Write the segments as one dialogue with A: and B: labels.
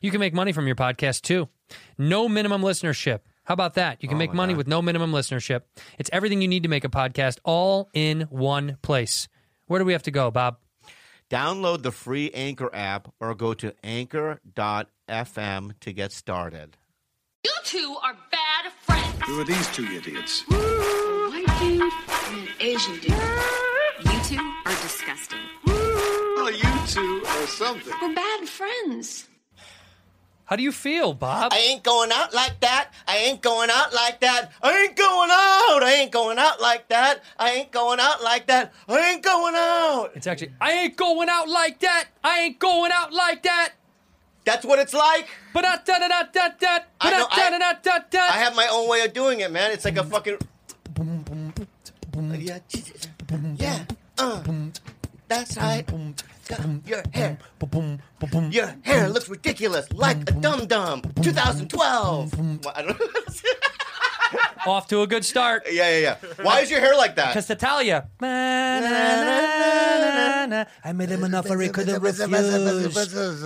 A: You can make money from your podcast too. No minimum listenership. How about that?
B: Oh
A: You can make money with no minimum listenership. It's everything you need to make a podcast all in one place. Where do we have to go, Bob?
B: Download the free Anchor app or go to anchor.fm to get started.
C: You two are bad friends.
D: Who are these two idiots?
E: White dude and an Asian dude.
F: You two are disgusting.
D: Well, you two or something.
E: We're bad friends.
A: How do you feel, Bob?
B: I ain't going out like that. I ain't going out like that. I ain't going out. I ain't going out like that. I ain't going out like that. I ain't going out.
A: it's actually, I ain't going out like that. I ain't going out like that.
B: That's what it's like.
A: Ba-da-da-da-da-da-da.
B: I know, I-
A: Ba-da-da-da-da-da.
B: I have my own way of doing it, man. It's like a fucking. Yeah. Yeah. Uh, that's right. Your hair. Your hair looks ridiculous, like a dum dum. 2012. Well, I don't
A: Off to a good start.
B: yeah, yeah, yeah. Why is your hair like that?
A: Because Italia. I made him an offer he couldn't refuse.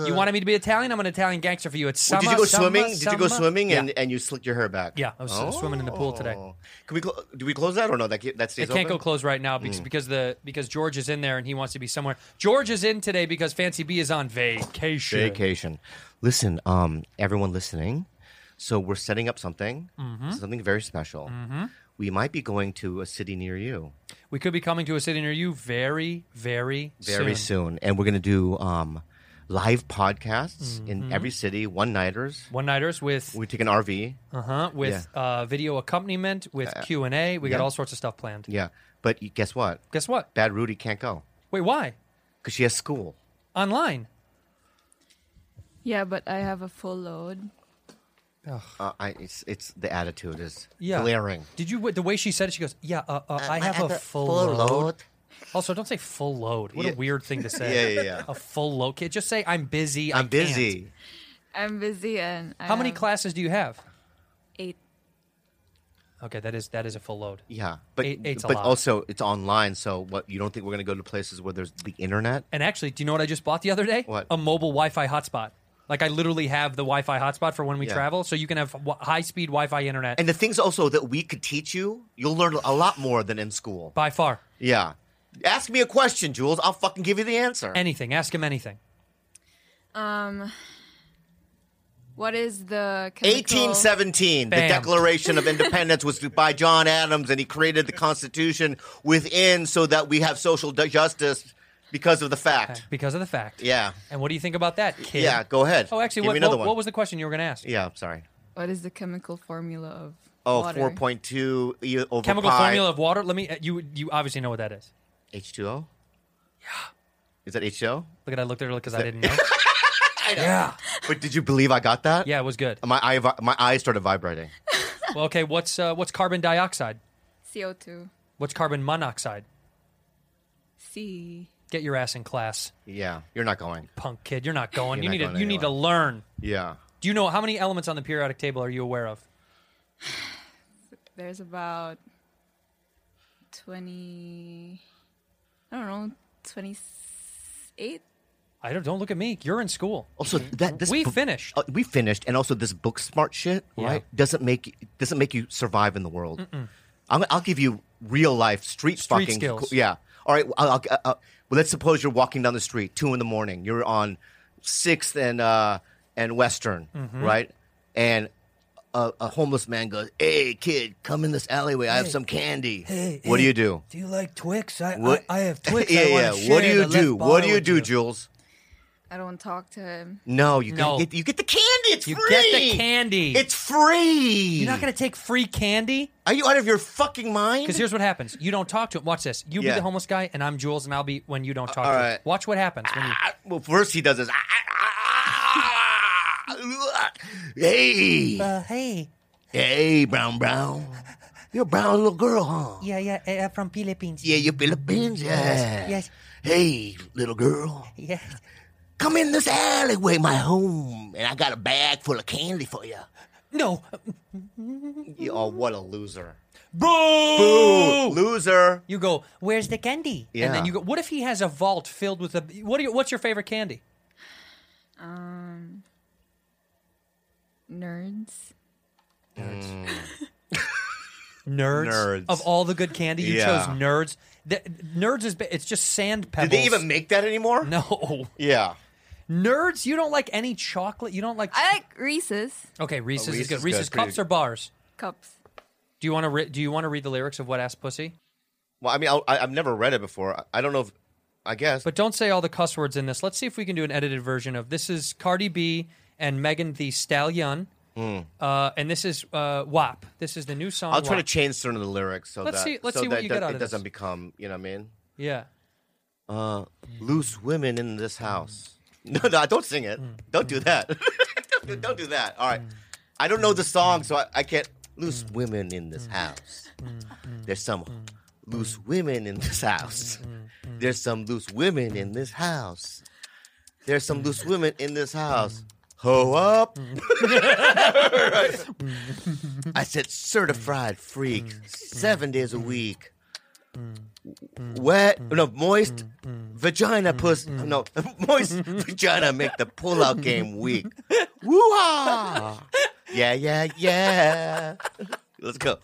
A: You wanted me to be Italian? I'm an Italian gangster for you. It's summer.
B: Did you go
A: summer,
B: swimming? Did you go
A: summer.
B: swimming and,
A: Yeah.
B: and you slicked your hair back?
A: Yeah, I was uh, swimming in the pool today.
B: Oh. Can we clo- do we close that or no? That ca- that stays
A: It can't
B: open? Hmm.
A: go close right now because, because the because George is in there and he wants to be somewhere. George is in today because Fancy B is on vacation.
B: Vacation. Listen, um, everyone listening. So we're setting up something,
A: Mm-hmm.
B: something very special. We might be going to a city near you
A: We could be coming to a city near you very, very,
B: very soon, and we're gonna do um, live podcasts
A: Mm-hmm.
B: in every city, one nighters.
A: One nighters with
B: We take an RV.
A: uh-huh, with uh, video accompaniment with Q and A. We got all sorts of stuff planned.
B: Uh, Yeah, but you- guess what?
A: Guess what?
B: Bad Rudy can't go
A: Wait, why?
B: because she has school.
A: Online.
G: Yeah, but I have a full load.
B: Uh, I, it's it's the attitude is
A: Yeah.
B: glaring.
A: Did you the way she said it? She goes, "Yeah, uh, uh, I have a full, load. Also, don't say full load. What
B: Yeah.
A: a weird thing to say.
B: Yeah, yeah, yeah.
A: A full load. Kid, just say I'm busy. I
B: I'm
A: can't."
B: busy.
G: I'm busy and I
A: How many
G: have
A: classes do you have?
G: Eight.
A: Okay, that is that is a full load.
B: Yeah, but
A: Eight- eight's a
B: but
A: lot.
B: also it's online. So what? You don't think we're gonna go to places where there's the internet?
A: And actually, do you know what I just bought the other day?
B: What?
A: A mobile Wi-Fi hotspot. Like I literally have the Wi-Fi hotspot for when we
B: Yeah.
A: travel, so you can have w- high-speed Wi-Fi internet.
B: And the things also that we could teach you, you'll learn a lot more than in school.
A: by far,
B: Yeah. Ask me a question, Jules. I'll fucking give you the answer.
A: anything. Ask him anything.
G: What is the chemical?
B: 1817, the
A: Bam.
B: Declaration of Independence was by John Adams, and he created the Constitution within so that we have social du- justice because of the fact.
A: Because of the fact.
B: Yeah.
A: And what do you think about that, kid?
B: Yeah, go ahead.
A: Oh, actually,
B: Give
A: what,
B: me another
A: what,
B: one.
A: what was the question you were going to ask?
B: Yeah, I'm sorry.
G: What is the chemical formula of
B: Oh,
G: water?
B: 4.2 e over
A: Chemical
B: pi.
A: formula of water. Let me. uh, You you obviously know what that is.
B: H2O? Yeah. Is that H2O?
A: Look at I looked at her because I didn't know. Yeah.
B: But did you believe I got that?
A: Yeah, it was good.
B: My eye, vi- my eyes started vibrating.
A: Well, okay. What's uh, what's carbon dioxide?
G: CO2.
A: What's carbon monoxide?
G: C.
A: Get your ass in class,
B: Yeah, you're not going.
A: punk kid. You're not going.
B: You're
A: you need
B: not going
A: to, you need to
B: anywhere.
A: learn.
B: Yeah.
A: Do you know how many elements on the periodic table are you aware of?
G: There's about 20. I don't know, 28?
A: I don't. Don't look at me. You're in school.
B: Also, that this
A: Mm-hmm. We
B: bu-
A: finished.
B: Uh, we finished, and also this book smart shit,
A: Yeah.
B: right? Doesn't make doesn't make you survive in the world. I'm, I'll give you real life street,
A: Street
B: fucking
A: skills.
B: Yeah. All right. I'll, I'll, I'll, well, let's suppose you're walking down the street, two in the morning. You're on Sixth and uh, and Western,
A: Mm-hmm.
B: right? And a, a homeless man goes, "Hey, kid, come in this alleyway. I have some candy. what do you do?
A: Do you like Twix? I
B: What? yeah, yeah. What do you do? What do you do, Jules?
G: I don't talk to him.
B: No, you
A: No.
B: gotta get you get the candy. It's
A: You
B: free.
A: get the candy.
B: It's free.
A: You're not gonna take free candy.
B: Are you out of your fucking mind?
A: Because here's what happens: you don't talk to him. Watch this. You
B: Yeah.
A: be the homeless guy, and I'm Jules, and I'll be when you don't talk to
B: all
A: him.
B: right.
A: Watch what happens. When you,
B: Ah, well, first he does this. Ah, ah, ah, Hey,
H: Uh, hey,
B: hey, brown brown, you're a brown little girl, huh?
H: yeah, yeah, uh, uh, from Philippines.
B: Yeah, you're Philippines, yeah.
H: yes.
B: Hey, little girl,
H: Yes.
B: come in this alleyway, my home, and I got a bag full of candy for you.
H: No.
B: Oh, what a loser!
A: Boo!
B: Loser.
A: You go,
H: Where's the candy?
A: and
B: Yeah.
A: then you go. What if he has a vault filled with a? What? Are your, what's your favorite candy?
G: Um, nerds.
A: Nerds.
B: Nerds.
A: Of all the good candy, you
B: Yeah.
A: chose nerds. The, nerds is ba- it's just sand pebbles.
B: Did they even make that anymore?
A: No,
B: Yeah.
A: nerds. You don't like any chocolate. You don't like.
G: I like Reese's
A: okay, Reese's,
B: Oh, Reese's
A: is good.
B: is
A: Reese's
B: good,
A: cups
B: pretty-
A: or bars?
G: cups.
A: Do you want to? Re- do you want to read the lyrics of what ass pussy?
B: Well, I mean, I'll, I, I've never read it before. I, I don't know if, I guess.
A: But don't say all the cuss words in this. Let's see if we can do an edited version of this. Is Cardi B and Megan the Stallion? Uh, and this is uh, WAP. This is the new song.
B: Hmm. I'll try to
A: WAP.
B: change some of the lyrics so
A: Let's
B: that
A: see- let's
B: so
A: see what
B: that
A: you
B: do-
A: get out
B: it
A: of this.
B: doesn't become, you know what I mean?
A: Yeah.
B: Uh, loose women in this house. No, no, don't sing it. Don't do that. don't, do- don't do that. All right. I don't know the song, so I, I can't. Loose women in this house. There's some loose women in this house.
A: Mm.
B: There's some loose women in this house. There's some loose
A: Mm.
B: women in this house. Ho up.
A: Mm.
B: I said certified freak, seven days a week.
A: Mm.
B: Wet, no, moist
A: Mm.
B: vagina puss, no, moist vagina make the pullout game weak. Woo ha! Yeah, yeah, yeah. Let's go.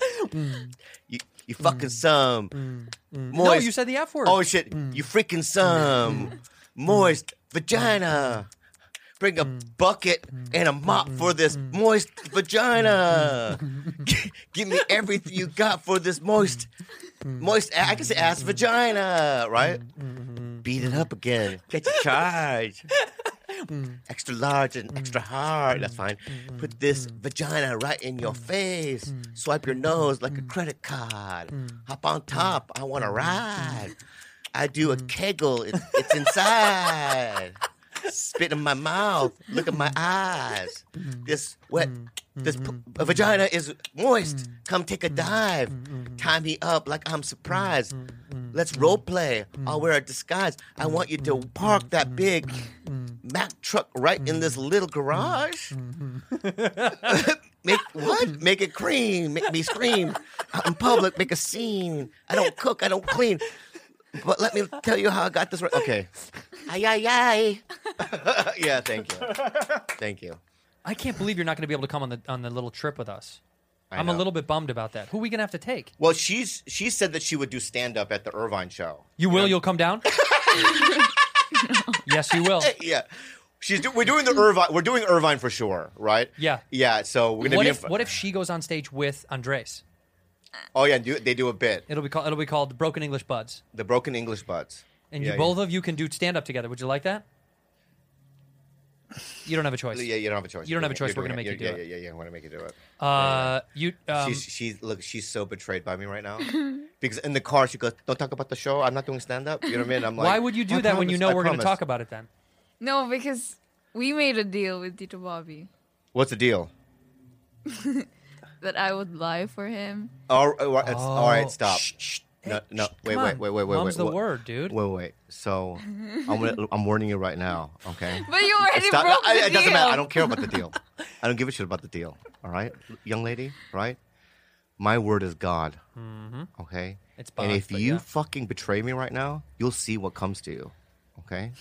B: You, you fucking some.
A: Mm.
B: Moist.
A: No, you said the F word.
B: Oh shit, you freaking some moist vagina. Bring a bucket and a mop for this moist vagina. Give me everything you got for this moist, moist. I can say ass vagina, right? Beat it up again. Get your charge. Extra large and extra hard. That's fine. Put this vagina right in your face. Swipe your nose like a credit card. Hop on top. I want to ride. I do a kegel. It, it's inside. Spit in my mouth. Look at my eyes. This wet. This p- vagina is moist. Come take a dive. Tie me up like I'm surprised. Let's role play. I'll wear a disguise. I want you to park that big Mack truck right in this little garage. Make what? Make it cream. Make me scream. Out in public, make a scene. I don't cook. I don't clean. But let me tell you how I got this right. Okay. Ay ay ay. yeah. Thank you. Thank you.
A: I can't believe you're not going to be able to come on the on the little trip with us.
B: I
A: I'm a
B: know.
A: little bit bummed about that. Who are we going to have to take?
B: Well, she's she said that she would do stand up at the Irvine show.
A: You will. You'll come down. yes, you will.
B: Yeah. She's do- we're doing the Irvine. We're doing Irvine for sure, right?
A: Yeah.
B: Yeah. So we're gonna
A: What
B: be.
A: if
B: in,
A: What if she goes on stage with Andres?
B: oh yeah, do, they do a bit.
A: It'll be called It'll be called Broken English Buds,
B: The broken English buds.
A: and
B: Yeah,
A: you
B: yeah.
A: both of you can do stand up together. Would you like that? You don't have a choice.
B: Yeah, you don't have a choice.
A: You don't have a
B: You're
A: choice. We're
B: doing
A: gonna make
B: You're-
A: you do
B: yeah,
A: it.
B: Yeah, yeah, yeah. We're gonna make you do it.
A: Uh, you. Um,
B: she's she's look. She's so betrayed by me right now because in the car she goes, "Don't talk about the show. I'm not doing stand up." You know what I mean? I'm like,
A: why would you do
B: "I
A: that when you
B: promise,
A: know
B: I
A: we're going to
B: promise."
A: talk about it then?
G: No, because we made a deal with Tito Bobby
B: What's the deal?
G: that I would lie for him.
B: All right, all right, it's- all right
A: Oh,
B: stop.
A: shh, shh.
B: No,
A: Hey,
B: no,
A: shh,
B: wait,
A: come
B: wait,
A: on.
B: wait, wait, wait,
A: Mum's
B: wait.
A: the
B: wait,
A: word, dude.
B: Wait, wait. So I'm gonna, I'm warning you right now, okay?
G: But you already
B: Stop.
G: broke
B: I-
G: the
B: it doesn't
G: deal.
B: matter. I don't care about the deal. I don't give a shit about the deal. All right, young lady. Right. My word is God. Okay.
A: Mm-hmm. It's
B: and
A: bond,
B: if
A: but
B: you
A: yeah.
B: fucking betray me right now, you'll see what comes to you. Okay.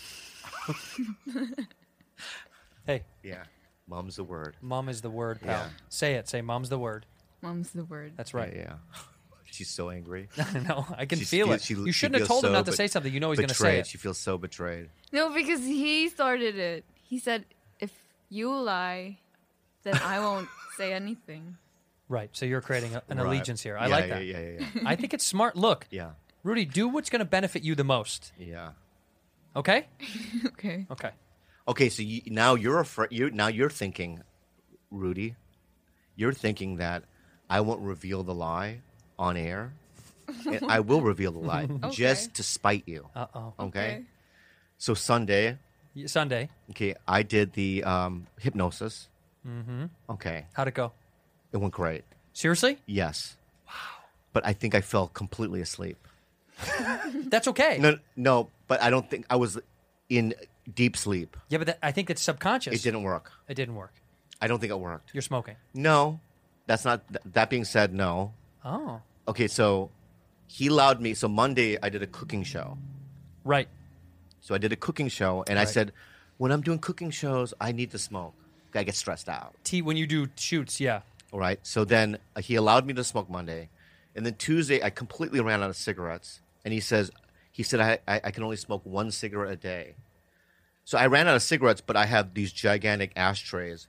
A: Hey,
B: Yeah. Mom's the word.
A: mom is the word, pal.
B: Yeah.
A: Say it. Say mom's the word.
G: Mom's the word.
A: That's right.
B: Yeah. She's so angry.
A: no, I can
B: She
A: feel
B: feels-
A: it.
B: she-
A: you
B: she
A: shouldn't have
B: feels
A: told him
B: so
A: not to
B: bet-
A: say something. You know he's going to say
B: betrayed.
A: it.
B: She feels so betrayed.
G: No, because he started it. He said, if you lie, then I won't say anything.
A: Right. So you're creating a, an
B: Right.
A: allegiance here. I
B: Yeah,
A: like that.
B: Yeah, yeah, yeah. Yeah.
A: I think it's smart. Look,
B: yeah.
A: Rudy, do what's going to benefit you the most.
B: Yeah.
A: Okay.
G: Okay.
A: Okay.
B: Okay, so you, now you're afraid. You now you're thinking, Rudy, you're thinking that I won't reveal the lie on air. And I will reveal the lie just to spite you.
A: Uh oh.
B: Okay. So Sunday,
A: Y- Sunday.
B: Okay, I did the um, hypnosis. Mm-hmm. Okay,
A: How'd it go?
B: it went great.
A: Seriously?
B: Yes. Wow. But I think I fell completely asleep.
A: That's okay.
B: No, no, but I don't think I was in deep sleep.
A: Yeah, but that, I think that's subconscious.
B: It didn't work.
A: It didn't work.
B: I don't think it worked.
A: You're smoking.
B: No, that's not. th- That being said, no.
A: Oh,
B: Okay, so he allowed me. So Monday, I did a cooking show.
A: right.
B: So I did a cooking show, and I
A: Right.
B: said, when I'm doing cooking shows, I need to smoke. I get stressed out.
A: T when you do shoots, yeah.
B: All right. So then uh, he allowed me to smoke Monday, and then Tuesday I completely ran out of cigarettes. And he says, he said I, I, I can only smoke one cigarette a day. So I ran out of cigarettes, but I have these gigantic ashtrays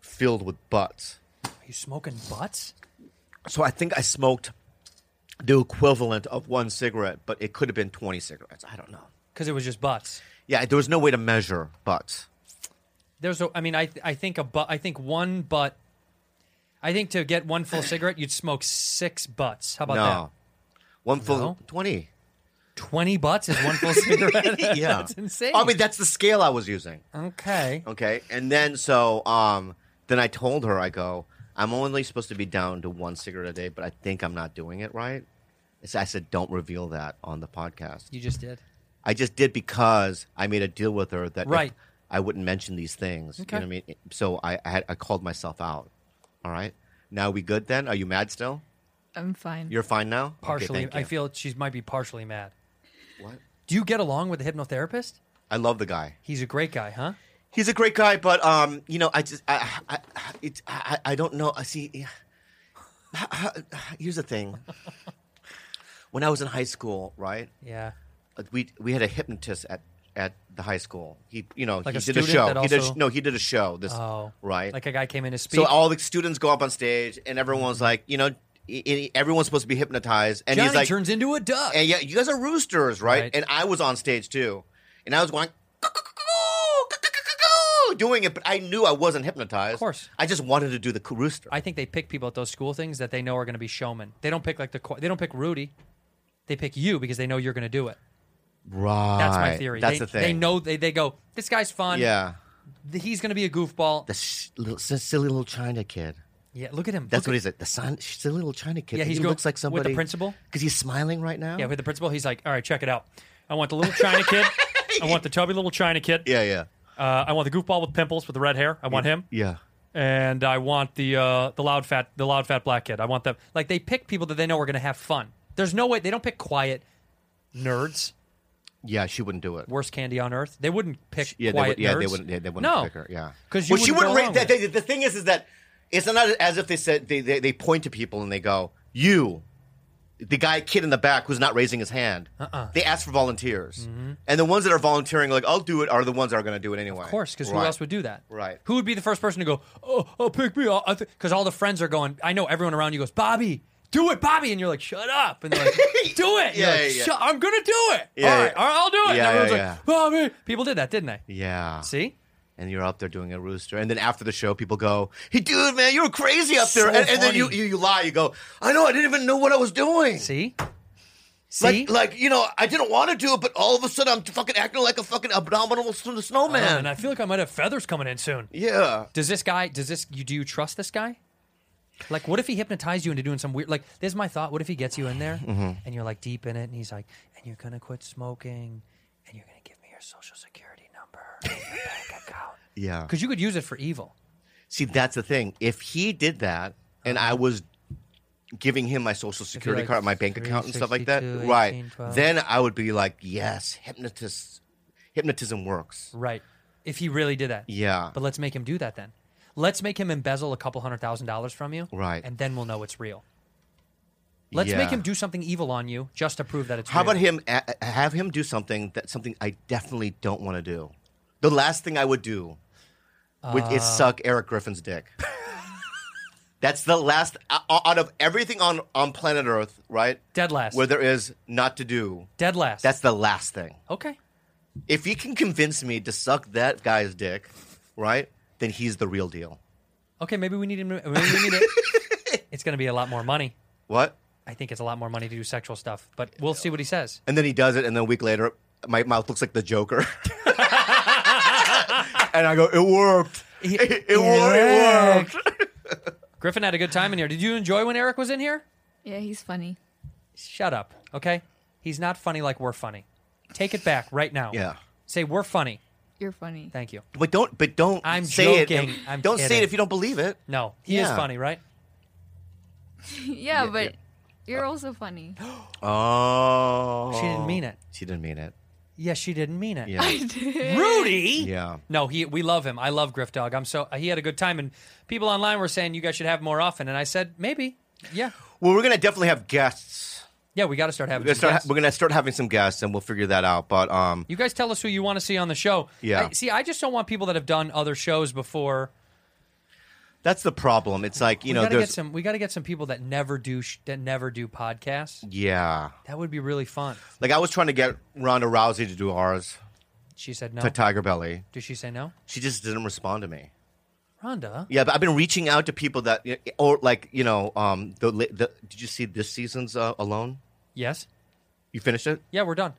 B: filled with butts.
A: Are you smoking butts?
B: So I think I smoked the equivalent of one cigarette, but it could have been twenty cigarettes. I don't know.
A: Because it was just butts.
B: Yeah, there was no way to measure butts.
A: There's a. I mean, I I think a butt. I think one butt. I think to get one full cigarette, you'd smoke six butts. How about
B: no,
A: that?
B: one full
A: No?
B: twenty.
A: Twenty butts is one full cigarette.
B: Yeah,
A: that's insane.
B: I mean, that's the scale I was using.
A: okay.
B: Okay. And then so um then I told her I go, I'm only supposed to be down to one cigarette a day, but I think I'm not doing it right. And so I said, don't reveal that on the podcast.
A: You just did.
B: I just did because I made a deal with her that if
A: Right.
B: I wouldn't mention these things.
A: Okay.
B: You know what I mean? So I I, had, I called myself out. All right. Now we good then? Are you mad still?
G: I'm fine.
B: You're fine now? Okay,
A: Partially,
B: thank
A: I
B: you.
A: feel she might be partially mad.
B: What?
A: Do you get along with the hypnotherapist?
B: I love the guy.
A: He's a great guy, huh?
B: He's a great guy, but um, you know, I just I I I- it, I, I don't know. I see. yeah. Here's the thing. When I was in high school, right,
A: Yeah.
B: we we had a hypnotist at at the high school. He, you know,
A: Like
B: he
A: a
B: did a
A: student
B: show.
A: that
B: He did a
A: also-
B: sh- no, he did a show. This
A: Oh,
B: right.
A: Like a guy came in to speak.
B: so all the students go up on stage, and everyone's like, you know, i- i- everyone's supposed to be hypnotized, and
A: Johnny
B: he's like,
A: turns into a duck.
B: and yeah, you guys are roosters, right?
A: Right.
B: And I was on stage too, and I was going doing it, but I knew I wasn't hypnotized. Of
A: course.
B: I just wanted to do the rooster.
A: I think they pick people at those school things that they know are going to be showmen. They don't pick like the qu- they don't pick Rudy. They pick you because they know you're going to do it.
B: right.
A: That's my theory.
B: That's
A: they,
B: the thing.
A: They know they, they go. This guy's fun.
B: Yeah,
A: Th- he's going to be a goofball.
B: the sh- little, s- silly little China kid.
A: yeah, look at him.
B: That's
A: Look
B: what
A: at-
B: he's like. The son, silly little China kid.
A: Yeah,
B: He
A: he's go-
B: looks like
A: with the
B: somebody.
A: principal?
B: Because he's smiling right now.
A: Yeah, with the principal, he's like, all right, check it out. I want the little China kid. I want the chubby little China kid.
B: yeah, yeah,
A: Uh, I want the goofball with pimples with the red hair. I want him.
B: yeah.
A: and I want the uh, the loud fat the loud fat black kid. I want them like they pick people that they know are going to have fun. There's no way they don't pick quiet nerds.
B: Yeah, she wouldn't do it.
A: Worst candy on earth. They wouldn't pick
B: Yeah, they
A: quiet
B: would, yeah,
A: nerds.
B: they wouldn't. Yeah, they wouldn't
A: no.
B: pick her. Yeah,
A: 'Cause you
B: well, she
A: wouldn't go
B: wouldn't. rate
A: along
B: that,
A: with
B: they- the thing is, is that it's not as if they said they, they, they point to people and they go, "You, the guy kid in the back who's not raising his hand." Uh-uh. They ask for volunteers, and the ones that are volunteering, like I'll do it, are the ones that are going to do it anyway.
A: Mm-hmm. Of course, because who
B: Right.
A: else would do that?
B: Right.
A: Who would be the first person to go? Oh, oh pick me! Because all the friends are going. I know everyone around you goes, Bobby, do it, Bobby, and you're like, shut up, and they're like, do it. And you're
B: Yeah,
A: like,
B: yeah, yeah.
A: "Shut- I'm gonna do it.
B: Yeah,
A: all right,
B: yeah.
A: all right, I'll do it.
B: Yeah,
A: and everyone's
B: yeah,
A: like, Bobby. People did that, didn't they?
B: Yeah.
A: See,
B: And you're up there doing a rooster, and then after the show, people go, "Hey, dude, man, you were crazy up there,"
A: So
B: and, and then you,
A: funny.
B: you you lie, you go, "I know, I didn't even know what I was doing."
A: see, see.
B: Like, like you know, I didn't want to do it, but all of a sudden, I'm fucking acting like a fucking abominable s-
A: Oh,
B: snowman.
A: and I feel like I might have feathers coming in soon.
B: yeah,
A: Does this guy? Does this? You do you trust this guy? Like, what if he hypnotized you into doing some weird? Like, there's my thought. What if he gets you in there
B: Mm-hmm.
A: and you're like deep in it, and he's like, and you're gonna quit smoking, and you're gonna give me your social security number, and your bank account,
B: yeah.
A: because you could use it for evil.
B: See, that's the thing. If he did that, and I was giving him my social security
A: like,
B: card, my bank account, and stuff like that,
A: 362,
B: right?
A: 18, 12.
B: Then I would be like, yes, hypnotist, hypnotism works.
A: Right. If he really did that.
B: Yeah.
A: But let's make him do that then. Let's make him embezzle a couple hundred thousand dollars from you.
B: Right.
A: And then we'll know it's real. Let's make
B: Yeah.
A: him do something evil on you just to prove that it's
B: How
A: real.
B: about him? a- a- Have him do something that something I definitely don't want to do. The last thing I would do would is suck Eric Griffin's dick. That's the last o- o- out of everything on on planet Earth, right?
A: Dead last.
B: Where there is not to do.
A: Dead last.
B: That's the last thing.
A: okay.
B: If he can convince me to suck that guy's dick, right? Then he's the real deal.
A: Okay, maybe we need him. Maybe we need it. it's going to be a lot more money.
B: What?
A: I think it's a lot more money to do sexual stuff, but we'll see what he says.
B: And then he does it, and then a week later, my mouth looks like the Joker. and I go, it worked. It, it, wor- it worked.
A: Griffin had a good time in here. Did you enjoy when Eric was in here?
G: Yeah, he's funny.
A: Shut up, okay? He's not funny like we're funny. Take it back right now.
B: Yeah.
A: Say we're funny.
G: You're funny.
A: Thank you.
B: But don't, but don't
A: I'm
B: say it.
A: joking.
B: if-
A: I'm
B: don't say
A: kidding.
B: it if you don't believe it.
A: No, he is
B: Yeah.
A: funny, right?
G: yeah, but
B: yeah.
G: you're also funny.
B: Oh,
A: She didn't mean it.
B: She didn't mean it.
A: Yes, she didn't mean it.
B: Yeah,
H: Rudy?
B: yeah.
A: No, he we love him. I love Griff Dog. I'm so he had a good time and people online were saying you guys should have more often and I said maybe. Yeah.
B: Well, we're gonna definitely have guests.
A: Yeah, we got to start having
B: We're gonna
A: some
B: start,
A: guests.
B: we're gonna start having some guests, and we'll figure that out. But um,
A: You guys tell us who you want to see on the show.
B: Yeah.
A: I, see, I just don't want people that have done other shows before.
B: that's the problem. It's like you
A: We
B: know,
A: gotta
B: there's
A: get some. We got to get some people that never do sh- that never do podcasts.
B: yeah.
A: That would be really fun.
B: Like I was trying to get Ronda Rousey to do ours
A: She said no.
B: to Tiger Belly.
A: Did she say no?
B: She just didn't respond to me.
A: Rhonda.
B: Yeah, but I've been reaching out to people that, or like you know, um, the, the did you see this season's uh, Alone?
A: Yes.
B: You finished it?
A: Yeah, we're done.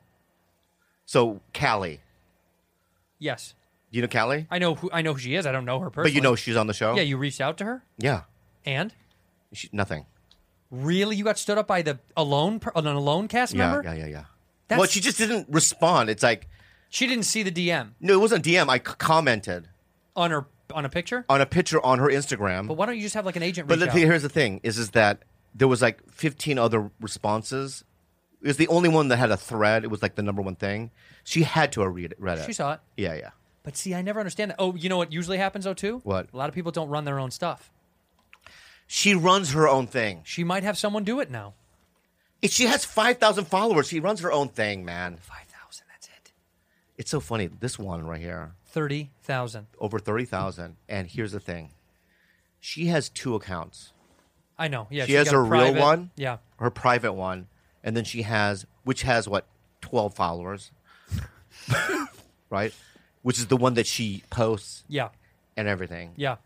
B: So Callie,
A: Yes.
B: do you know Callie?
A: I know who I know who she is. I don't know her personally.
B: But you know she's on the show.
A: Yeah, you reached out to her
B: yeah.
A: and
B: She, nothing.
A: really you got stood up by the alone per- an alone cast member?
B: Yeah, yeah, yeah, yeah.
A: That's-
B: Well, she just didn't respond. It's like
A: She didn't see the DM
B: no, it wasn't DM. I c- commented
A: on her on a picture.
B: on a picture on her Instagram.
A: But why don't you just have like an agent
B: Uh, But
A: reach
B: the,
A: out?
B: here's the thing: is is that there was like 15 other responses. It was the only one that had a thread. It was like the number one thing. She had to have read it. Read it.
A: She saw it.
B: Yeah, yeah.
A: But see, I never understand that. Oh, you know what usually happens though too?
B: What?
A: A lot of people don't run their own stuff.
B: She runs her own thing.
A: She might have someone do it now.
B: If She has 5,000 followers. She runs her own thing, man.
A: Five thousand. That's it.
B: It's so funny. This one right here,
A: Thirty thousand.
B: over 30,000. And here's the thing she has two accounts.
A: I know. Yeah.
B: She
A: she's
B: has
A: got a
B: her real
A: private-
B: one?
A: Yeah.
B: her private one, and then she has which has what twelve followers, right? Which is the one that she posts
A: Yeah.
B: and everything.
A: Yeah.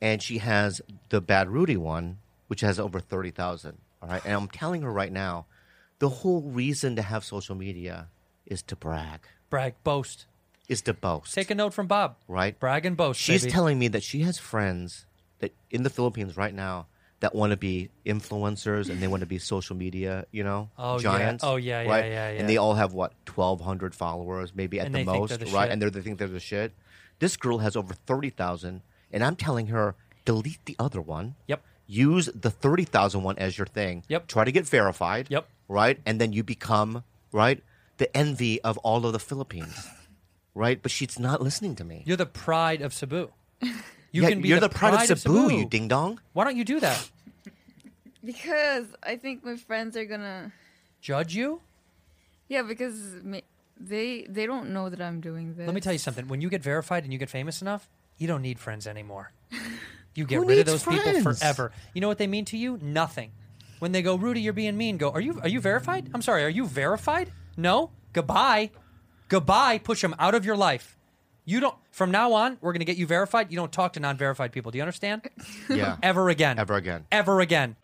B: And she has the Bad Rudy one, which has over thirty thousand. All right, and I'm telling her right now, the whole reason to have social media is to brag,
A: Brag, boast.
B: is to boast.
A: Take a note from Bob.
B: Right.
A: Brag and boast.
B: She's
A: baby.
B: telling me that she has friends that in the Philippines right now that want to be influencers and they want to be social media, you know,
A: Oh, yeah.
B: giants.
A: Oh, yeah, yeah,
B: right?
A: yeah, yeah.
B: And they all have what twelve hundred followers, maybe at
A: And
B: the
A: they think
B: most,
A: they're the
B: right?
A: shit.
B: And they're, they think they're the shit. This girl has over thirty thousand, and I'm telling her delete the other one.
A: Yep.
B: Use the thirty thousand one as your thing.
A: Yep.
B: Try to get verified.
A: Yep.
B: Right, and then you become right the envy of all of the Philippines. Right, but she's not listening to me.
A: You're the pride of Cebu. You
B: Yeah,
A: can be
B: you're
A: the,
B: pride, of Cebu, you ding dong.
A: Why don't you do that?
G: Because I think my friends are gonna.
A: Judge you?
G: Yeah, because ma- they they don't know that I'm doing this.
A: Let me tell you something. When you get verified and you get famous enough, you don't need friends anymore. You get
B: Who
A: rid of
B: needs
A: those people
B: friends?
A: forever. You know what they mean to you? Nothing. When they go, Rudy, you're being mean. Go, are you are you verified? I'm sorry, are you verified? No. Goodbye. Goodbye. Push them out of your life. You don't. From now on, we're gonna get you verified. You don't talk to non-verified people. Do you understand?
B: Yeah.
A: Ever again.
B: Ever again.
A: Ever again.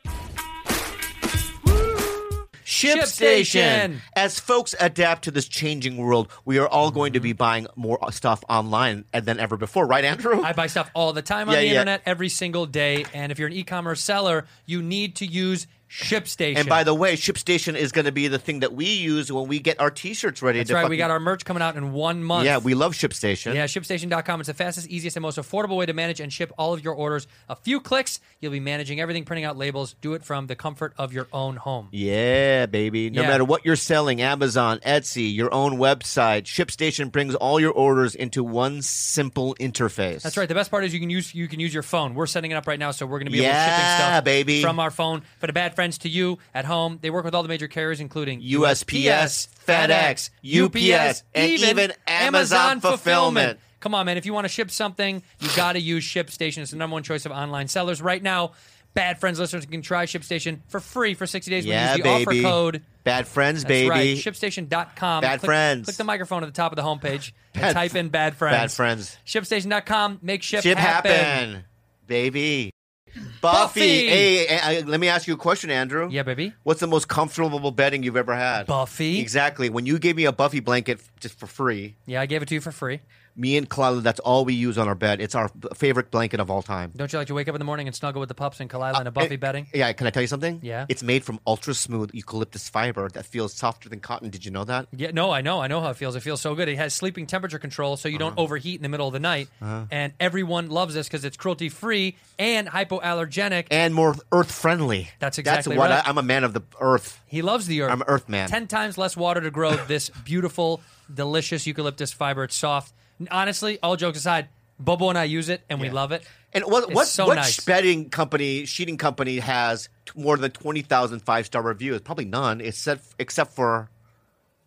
B: Ship,
A: Ship Station.
B: Station. As folks adapt to this changing world, we are all going to be buying more stuff online than ever before, right, Andrew?
A: I buy stuff all the time on
B: Yeah,
A: the
B: yeah.
A: internet every single day. And if you're an e-commerce seller, you need to use ShipStation.
B: and by the way, ShipStation is going to be the thing that we use when we get our T-shirts ready.
A: That's
B: to
A: right.
B: Fucking,
A: We got our merch coming out in one month.
B: yeah. We love ShipStation.
A: Yeah, shipstation.com. It's the fastest, easiest, and most affordable way to manage and ship all of your orders. A few clicks, you'll be managing everything, printing out labels. Do it from the comfort of your own home.
B: Yeah, baby. No
A: Yeah.
B: matter what you're selling, Amazon, Etsy, your own website, ShipStation brings all your orders into one simple interface.
A: That's right. The best part is you can use you can use your phone. We're setting it up right now, so we're going to be able to shipping
B: Yeah,
A: stuff
B: baby.
A: from our phone for the bad friends to you at home. They work with all the major carriers, including
B: USPS, FedEx, UPS, and even Amazon Fulfillment.
A: Come on, man! If you want to ship something, you got to use ShipStation. It's the number one choice of online sellers right now. Bad friends listeners can try ShipStation for free for 60 days
B: Yeah,
A: when you use the
B: baby.
A: offer code.
B: Bad friends,
A: That's
B: baby.
A: right, shipstation.com.
B: Bad
A: click,
B: friends.
A: Click the microphone at the top of the homepage and
B: Bad-
A: type in bad friends.
B: Bad friends.
A: Shipstation.com. Make ship,
B: Ship happen,
A: happen.
B: baby.
A: Buffy!
B: Buffy, Hey, hey, hey, let me ask you a question, Andrew.
A: Yeah, baby.
B: What's the most comfortable bedding you've ever had?
A: Buffy.
B: Exactly. When you gave me a Buffy blanket f- just for free,
A: Yeah, I gave it to you for free.
B: Me and Kalila, that's all we use on our bed. It's our favorite blanket of all time.
A: Don't you like to wake up in the morning and snuggle with the pups and Kalila and a Buffy
B: And-
A: bedding?
B: Yeah, can I tell you something?
A: Yeah.
B: It's made from ultra smooth eucalyptus fiber that feels softer than cotton. Did you know that?
A: Yeah, no, I know, I know how it feels. It feels so good. It has sleeping temperature control, so you
B: Uh-huh.
A: don't overheat in the middle of the night. And everyone loves this because it's cruelty free and hypoallergenic.
B: And more earth friendly.
A: That's exactly
B: That's what
A: right.
B: I, I'm a man of the earth.
A: he loves the earth.
B: I'm an earth man.
A: Ten times less water to grow this beautiful, delicious eucalyptus fiber. It's soft. And honestly, all jokes aside, Bobo and I use it and we love it.
B: And what
A: It's
B: what
A: so
B: what
A: nice.
B: bedding company sheeting company has t- more than 20,000 five-star reviews? Probably none, except except for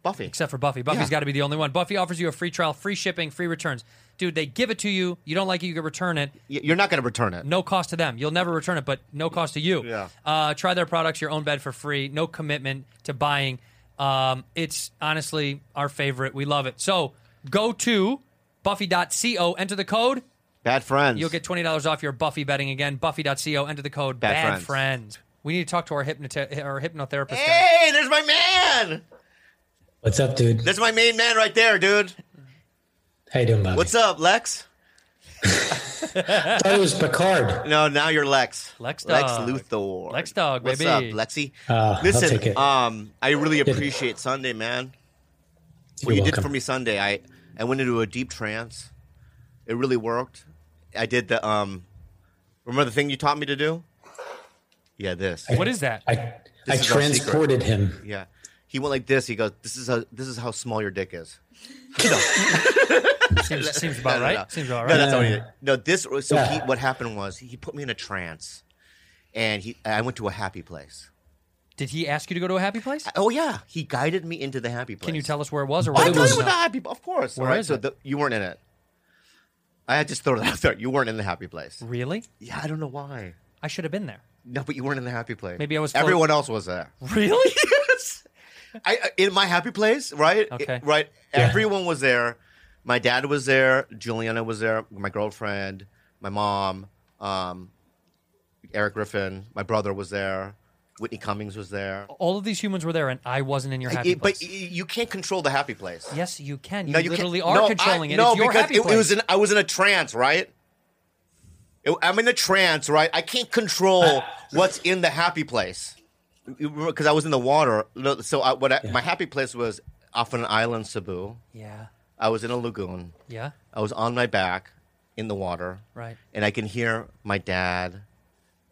B: Buffy.
A: except for Buffy. Buffy's
B: Yeah.
A: got to be the only one. Buffy offers you a free trial, free shipping, free returns. Dude, they give it to you. You don't like it, you can return it.
B: Y- You're not going to return it.
A: No cost to them. You'll never return it, but no cost to you.
B: Yeah.
A: Uh, try their products, your own bed for free. No commitment to buying. Um, it's honestly our favorite. We love it. So go to Buffy.co, enter the code.
B: Bad friends.
A: You'll get $20 off your Buffy betting again. Buffy.co, enter the code
B: Bad
A: BADFRIEND.
B: friends.
A: We need to talk to our, hypnoti- our hypnotherapist. guy.
B: Hey, there's my man.
I: What's up, dude?
B: There's my main man right there, dude.
I: How you doing, Bobby?
B: What's up, Lex?
I: I thought it was Picard.
B: No, now you're Lex.
A: Lex Dog.
B: Luthor.
A: Lex Dog,
B: What's
A: baby.
B: up, Lexi?
I: Uh, I'll
B: Listen,
I: take it.
B: um, I really appreciate Sunday, man. What
I: You're
B: you did
I: welcome.
B: for me Sunday, I I went into a deep trance. It really worked. I did the um, remember the thing you taught me to do? Yeah, this.
A: What is that?
I: I I
B: is our secret.
I: transported him.
B: Yeah, he went like this. He goes, "This is how this is how small your dick is."
A: seems, seems about
B: No, no,
A: right.
B: no.
A: Seems about right.
B: No, that's all he did. No, this. So he,
I: Yeah.
B: what happened was he put me in a trance, and he I went to a happy place.
A: Did he ask you to go to a happy place?
B: Oh yeah, he guided me into the happy place.
A: Can you tell us where it was or
B: Oh,
A: what
B: I thought
A: it
B: it was
A: was?
B: the happy. Of course.
A: Where
B: all right,
A: is
B: so
A: it?
B: the, you weren't in it. I had just thrown that out there. You weren't in the happy place.
A: Really?
B: Yeah, I don't know why.
A: I should have been there.
B: No, but you weren't in the happy place.
A: Maybe I was
B: Everyone else was there.
A: Really?
B: yes. I I- in my happy place, right?
A: Okay.
B: It- right. Everyone was there. My dad was there. Juliana was there. My girlfriend. My mom. Um, Eric Griffin. My brother was there. Whitney Cummings was there.
A: All of these humans were there, and I wasn't in your happy
B: It- but
A: place.
B: y- you can't control the happy place.
A: yes, you can. You
B: No, you
A: literally
B: can't.
A: are
B: No, I-
A: controlling it.
B: No,
A: it's your
B: because
A: happy
B: it,
A: place.
B: it was in, I was in a trance, right? It- I'm in a trance, right? I can't control what's in the happy place because I was in the water. No, So I, what I, my happy place was off an island, Cebu.
A: yeah.
B: I was in a lagoon.
A: Yeah.
B: I was on my back in the water,
A: Right.
B: and I can hear my dad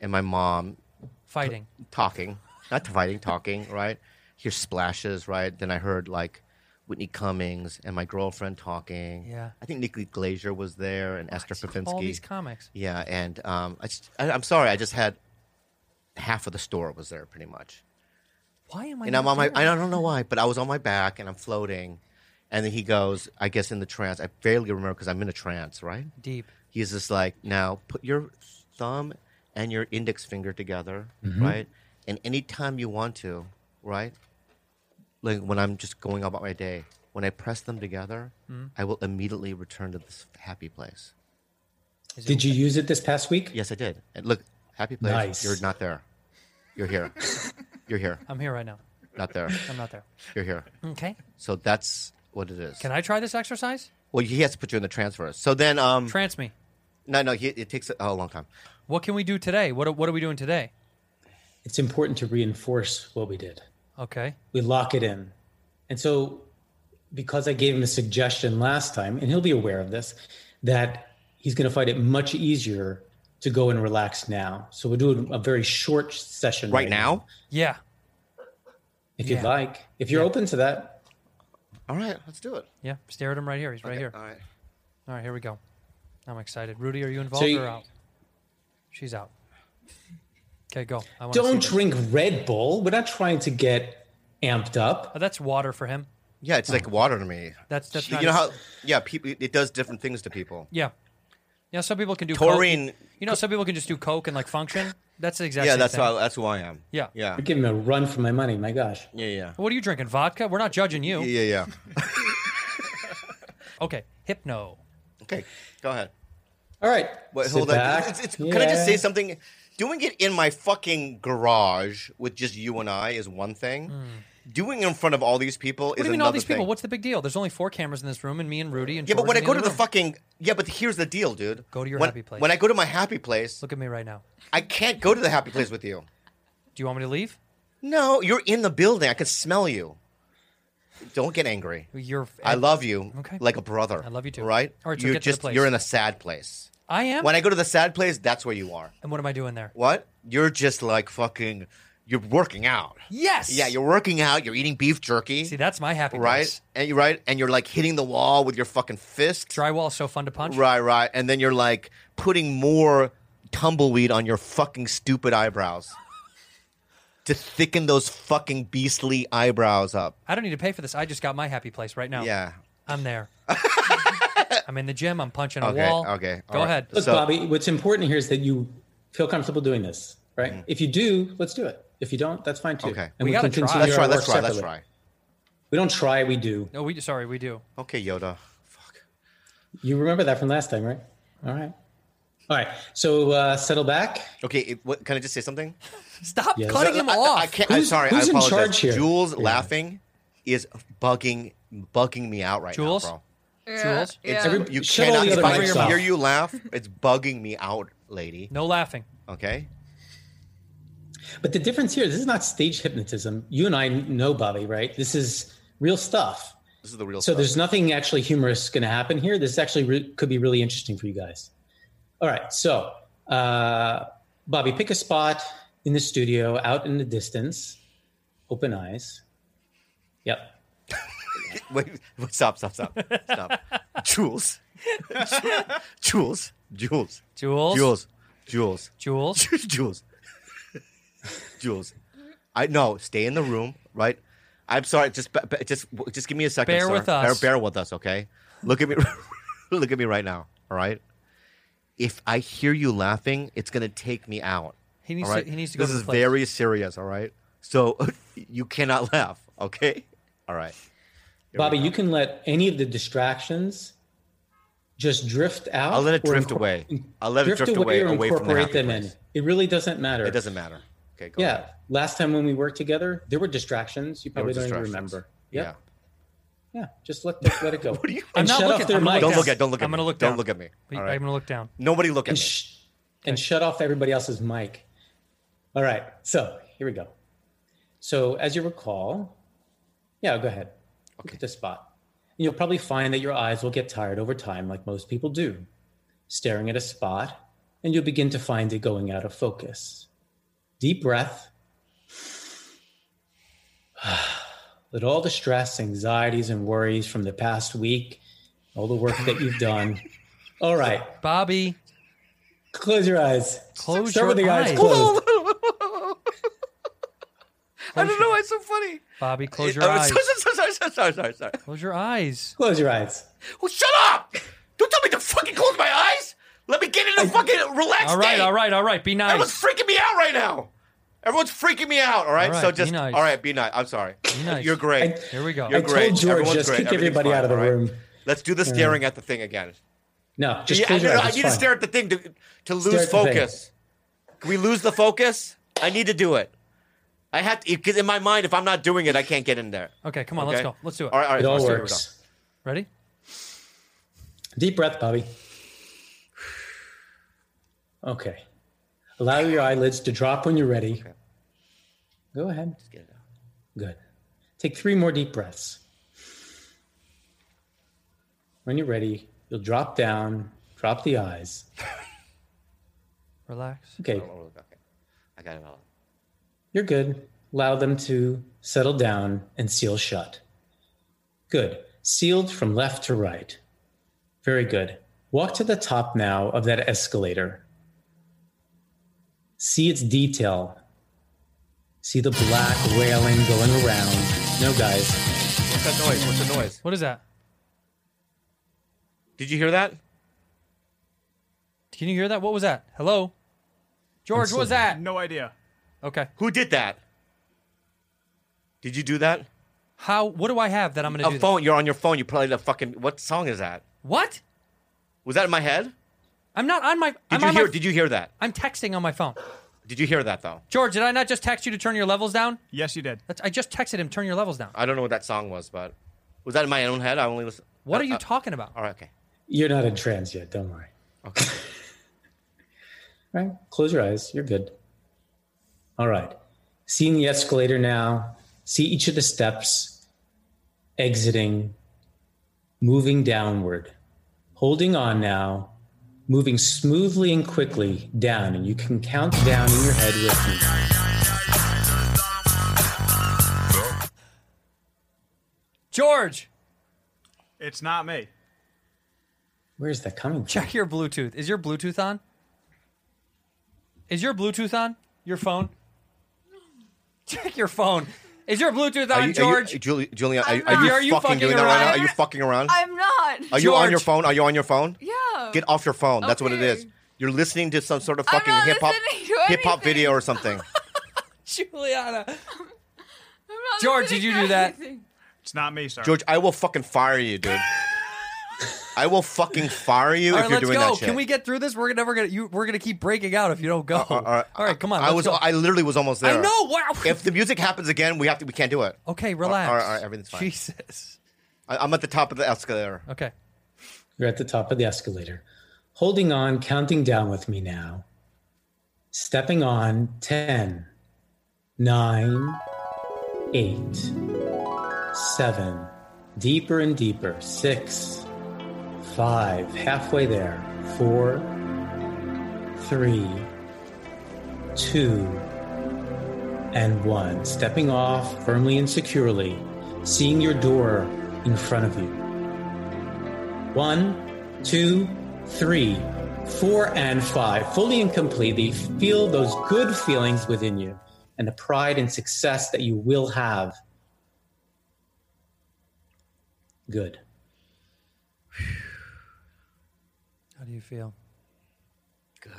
B: and my mom
A: Fighting.
B: talking, not fighting, talking, right? Hear splashes, right? Then I heard like Whitney Cummings and my girlfriend talking.
A: Yeah.
B: I think Nikki Glazier was there and Esther Pavinsky.
A: All these comics.
B: yeah, and um, I just, I, I'm sorry, I just had half of the store was there pretty much.
A: Why am I?
B: And
A: not
B: I'm on my,
A: there?
B: I don't know why, but I was on my back and I'm floating. And then he goes, I guess in the trance, I barely remember because I'm in a trance, right?
A: deep.
B: he's just like, now put your thumb and your index finger together,
A: Mm-hmm.
B: right? And anytime you want to, right? Like when I'm just going about my day, when I press them together,
A: Mm-hmm.
B: I will immediately return to this happy place.
I: Did you use it this past week?
B: Yes, I did. And look, happy place.
I: Nice.
B: You're not there. You're here. You're here.
A: I'm here right now.
B: Not there.
A: I'm not there.
B: You're here.
A: Okay.
B: So that's what it is.
A: Mm. Can I try this exercise?
B: Well, he has to put you in the transfer. So then, um,
A: Trance me.
B: no, no, he, it takes a, oh, a long time.
A: What can we do today? What are- What are we doing today?
I: It's important to reinforce what we did.
A: Okay.
I: We lock it in. And so, because I gave him a suggestion last time, and he'll be aware of this, that he's going to find it much easier to go and relax now. So, we'll do a very short session
B: Right now?
A: Yeah.
I: if you'd
A: Yeah.
I: like. If you're open to that,
B: All right, let's do it.
A: Yeah. Stare at him right here. He's right
B: Okay,
A: here.
B: All right.
A: All right. Here we go. I'm excited. Rudy, are you involved
I: you-
A: or out? She's out. Okay, go. I wanna see
I: don't
A: this.
I: drink Red Bull. We're not trying to get amped up.
A: Oh, that's water for him.
B: Yeah, it's like water to me.
A: That's that's
B: you
A: not
B: know
A: his-
B: how yeah, people it does different things to people.
A: Yeah. Yeah, some people can do
B: Taurine-
A: Coke. You know, some people can just do coke and like function. That's the exact
B: Yeah,
A: same
B: that's
A: thing.
B: how that's who I am.
A: Yeah.
B: yeah,
I: You're giving me a run for my money. My gosh.
B: yeah, yeah,
A: What are you drinking? Vodka? We're not judging you.
B: yeah, yeah.
A: Okay, hypno.
B: okay, go ahead.
I: All right.
B: Wait,
I: Sit
B: hold on.
I: back.
B: It's- it's- Can I just say
I: Yeah.
B: something? Doing it in my fucking garage with just you and I is one thing. doing it in front of all these people is
A: Hmm. What do you mean
B: another
A: all these people?
B: thing.
A: What's the big deal? There's only four cameras in this room, and me and Rudy and
B: yeah, but
A: George
B: when I
A: in
B: go to
A: other
B: the
A: room.
B: fucking yeah, but here's the deal, dude.
A: Go to your
B: when,
A: happy place.
B: When I go to my happy place,
A: look at me right now.
B: I can't go to the happy place with you.
A: Do you want me to leave?
B: No, you're in the building. I can smell you. Don't get angry.
A: You're.
B: I love you
A: Okay.
B: like a brother.
A: I love you too.
B: Right?
A: All right, so
B: you're
A: get to the
B: just
A: place.
B: you're in a sad place.
A: I am.
B: When I go to the sad place, that's where you are.
A: and what am I doing there?
B: What? You're just like fucking you're working out.
A: Yes.
B: Yeah, you're working out, you're eating beef jerky.
A: See, that's my happy
B: right?
A: place.
B: And you're right, and you're like hitting the wall with your fucking fist.
A: Drywall is so fun to punch.
B: Right, right. And then you're like putting more tumbleweed on your fucking stupid eyebrows. to thicken those fucking beastly eyebrows up.
A: I don't need to pay for this. I just got my happy place right now.
I: Oh.
B: Yeah.
A: I'm there. I'm in the gym. I'm punching a
B: Okay,
A: wall.
B: okay,
A: Go
B: all right.
A: ahead.
I: Look,
B: So-
I: Bobby, what's important here is that you feel comfortable doing this, right? If you do, let's do it. If you don't, that's fine too.
B: Mm. Okay.
I: And
A: We
I: we,
A: gotta
I: can
A: try.
I: continue
B: Let's
I: our
B: try, let's
I: work
B: try, let's
I: separately.
B: try.
I: We don't try, we do.
A: No, we sorry, we do.
B: Okay, Yoda.
I: You remember that from last time, right? All right. All right. So uh, settle back.
B: Okay, it, what, can I just say something?
A: Stop
I: Yes.
A: cutting him
B: I- I-
A: off.
B: I, can't. I'm
I: Who's-
B: sorry.
I: who's
B: I
I: in
B: apologize.
I: charge here?
B: Jules
I: Yeah.
B: laughing is bugging bugging me out right
A: Jules?
B: now,
A: Jules?
G: Yeah.
B: It's-
G: yeah.
B: bro. You
I: Shut all
B: cannot.
I: the
B: If
I: other
B: I
I: mics
B: hear
I: off.
B: you laugh, it's bugging me out, lady.
A: No laughing.
B: Okay.
I: But the difference here, this is not stage hypnotism. You and I know, Bobby, right? This is real stuff.
B: This is the real.
I: So
B: stuff.
I: there's nothing actually humorous going to happen here. This actually re- could be really interesting for you guys. All right, so uh, Bobby, pick a spot in the studio, out in the distance, open eyes. Yep.
B: Wait, wait, stop, stop, stop, stop. Jules, Jules, Jules,
A: Jules.
B: Jules, Jules,
A: Jules.
B: Jules, Jules. I no, stay in the room, right? I'm sorry. Just, ba- ba- just, just give me a second.
A: Bear
B: sir.
A: with us.
B: Bear, bear with us, okay? Look at me. look at me right now. All right. If I hear you laughing, it's gonna take me out.
A: He needs
B: all right?
A: to. He needs to go
B: This
A: to the
B: is
A: place.
B: very serious. All right. So you cannot laugh. Okay. All right. Here we
I: Bobby,
B: go.
I: you can let any of the distractions just drift out.
B: I'll let it
I: or
B: drift
I: incorpor-
B: away. I'll let it
I: drift
B: drift away,
I: or
B: away from the
I: incorporate
B: happy
I: them in.
B: place.
I: It really doesn't matter.
B: It doesn't matter. Okay, go.
I: Yeah.
B: ahead.
I: Last time when we worked together, there were distractions. You
B: There were
I: probably don't even
B: distractions.
I: remember.
B: Yeah.
I: Yep. Yeah. Just let the, let it go.
B: What are you?
A: I'm
I: And
A: not
I: shut
A: looking.
I: off their
A: I'm gonna
I: mics.
A: look
B: Don't look
A: down.
B: at. Don't look at.
A: I'm
B: me.
A: gonna look down.
B: Don't look at me. All right.
A: I'm gonna look down.
B: Nobody look at
I: and,
B: me.
I: sh- and shut off everybody else's mic. All right. So here we go. So as you recall, yeah, go ahead. Look at this spot. And you'll probably find that your eyes will get tired over time, like most people do, staring at a spot, and you'll begin to find it going out of focus. Deep breath. Let all the stress, anxieties, and worries from the past week, all the work that you've done. All right.
A: Bobby,
I: Close your eyes.
A: Close
I: Start with
A: your
I: the
A: eyes.
I: eyes closed.
B: I don't know. It's so funny.
A: Bobby, close your
B: Oh,
A: eyes.
B: Sorry, sorry, sorry, sorry, sorry, sorry.
A: Close your eyes.
I: Close your eyes.
B: Well, shut up! Don't tell me to fucking close my eyes. Let me get in a fucking relaxed
A: All right,
B: state.
A: all right, all right. Be
B: Everyone's
A: nice.
B: freaking me out right now. Everyone's freaking me out. All right.
A: All right,
B: so
A: be
B: just.
A: nice.
B: All right. Be nice. I'm sorry. Be
A: nice.
B: You're great.
I: I-
A: Here we go.
B: You're
I: I told
B: great.
I: George,
B: Everyone's
I: just
B: great.
I: kick
B: Everything's
I: everybody
B: fine,
I: out of the
B: all right?
I: room.
B: Let's do the
I: Uh,
B: staring at the thing again.
I: No, just
B: Yeah, I,
I: close your
B: no, no,
I: eyes.
B: I
I: It's
B: need to
I: fine.
B: stare at the thing to, to
I: Stare
B: lose
I: at the thing.
B: focus. Can we lose the focus? I need to do it. I have to, because in my mind, if I'm not doing it, I can't get in there.
A: Okay, come on.
B: Okay?
A: Let's go. Let's do it.
B: All right, all right.
I: It all
B: let's do Here
I: works.
A: Ready?
I: Deep breath, Bobby. Okay. Allow your eyelids to drop when you're ready. Go ahead.
B: we go. Get it out.
I: Good. Take three more deep breaths. When you're ready, you'll drop down, drop the eyes.
A: Relax.
I: Okay,
B: Oh, okay. I got it all.
I: You're good. Allow them to settle down and seal shut. Good. Sealed from left to right. Very good. Walk to the top now of that escalator. See its detail. See the black railing going around. No, guys.
B: What's that noise? What's the noise?
A: What is that?
B: Did you hear that?
A: Can you hear that? What was that? Hello, George. What was that?
J: No idea.
A: Okay.
B: Who did that? Did you do that?
A: How? What do I have that I'm gonna
B: A
A: do? this?
B: phone. You're on your phone. You played a fucking. What song is that?
A: What?
B: Was that in my head? Did
A: I'm not on my. I'm
B: you
A: on
B: hear?
A: My,
B: Did you hear that?
A: I'm texting on my phone.
B: Did you hear that though?
A: George, did I not just text you to turn your levels down?
J: Yes, you did.
A: That's, I just texted him, turn your levels down.
B: I don't know what that song was, but was that in my own head? I only was.
A: What
B: uh,
A: are you
B: uh,
A: talking about?
B: All right, okay.
I: You're not in trance yet. Don't worry.
B: Okay.
I: All right. Close your eyes. You're good. All right. Seeing the escalator now. See each of the steps exiting, moving downward, holding on now, moving smoothly and quickly down. And you can count down in your head with me.
A: George,
J: It's not me.
I: Where's that coming from?
A: check your Bluetooth. Is your Bluetooth on? Is your Bluetooth on? Your phone? Check your phone. Is your Bluetooth
B: Are
A: on,
B: you,
A: George?
B: Are you, Julie, Julian, are, you-
G: I'm
B: are you,
G: not.
A: Are you
B: fucking,
A: fucking
B: doing that right now?
A: around?
B: Are you fucking around?
G: I'm not.
B: are you on your
A: George.
B: phone? Are you on your phone?
G: yeah.
B: Get off your phone. That's what it is.
G: Okay.
B: You're listening to some sort of
G: I'm
B: fucking
G: not
B: hip hop
G: listening to
B: hip hop
G: anything.
B: video or something.
A: Juliana.
G: I'm not
A: George,
G: listening
A: did you
G: to
A: do that?
G: anything.
J: It's not me, sir.
B: George, I will fucking fire you, dude. I will fucking fire you
A: All
B: if
A: right,
B: you're
A: let's
B: doing
A: go.
B: that shit.
A: Can we get through this? We're never gonna you, we're gonna keep breaking out if you don't go.
B: All right,
A: All right, come on.
B: uh, I
A: let's
B: was.
A: go.
B: I literally was almost there.
A: I know. Wow.
B: If the music happens again, we have to. We can't do it.
A: okay, relax.
B: all right, all right, everything's fine.
A: Jesus.
B: I, I'm at the top of the escalator.
A: Okay.
I: You're at the top of the escalator. Holding on, counting down with me now. Stepping on 10, 9, 8, 7, deeper and deeper, 6, 5, halfway there, 4, 3, 2, and 1. Stepping off firmly and securely, seeing your door in front of you. One, two, three, four, and five. Fully and completely feel those good feelings within you and the pride and success that you will have. Good.
A: How do you feel? Good.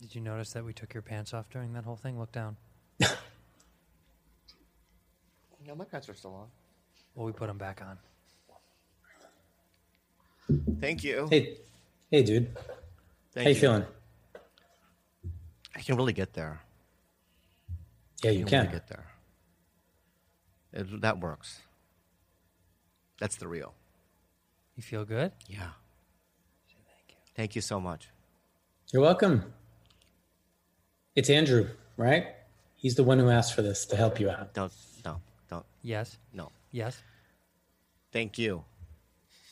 A: Did you notice that we took your pants off during that whole thing? Look down.
B: No, my pants are still on.
A: Well, we put them back on.
B: Thank you.
I: Hey, hey, dude.
B: Thank
I: How you feeling?
B: I can really get there.
I: Yeah, you
B: I
I: can.
B: really get there. It- that works. That's the real.
A: You feel good?
B: Yeah. Thank you. Thank you so much.
I: You're welcome. It's Andrew, right? He's the one who asked for this to help you out.
B: Don't, no, don't,
A: Yes.
B: no.
A: Yes.
B: Thank you.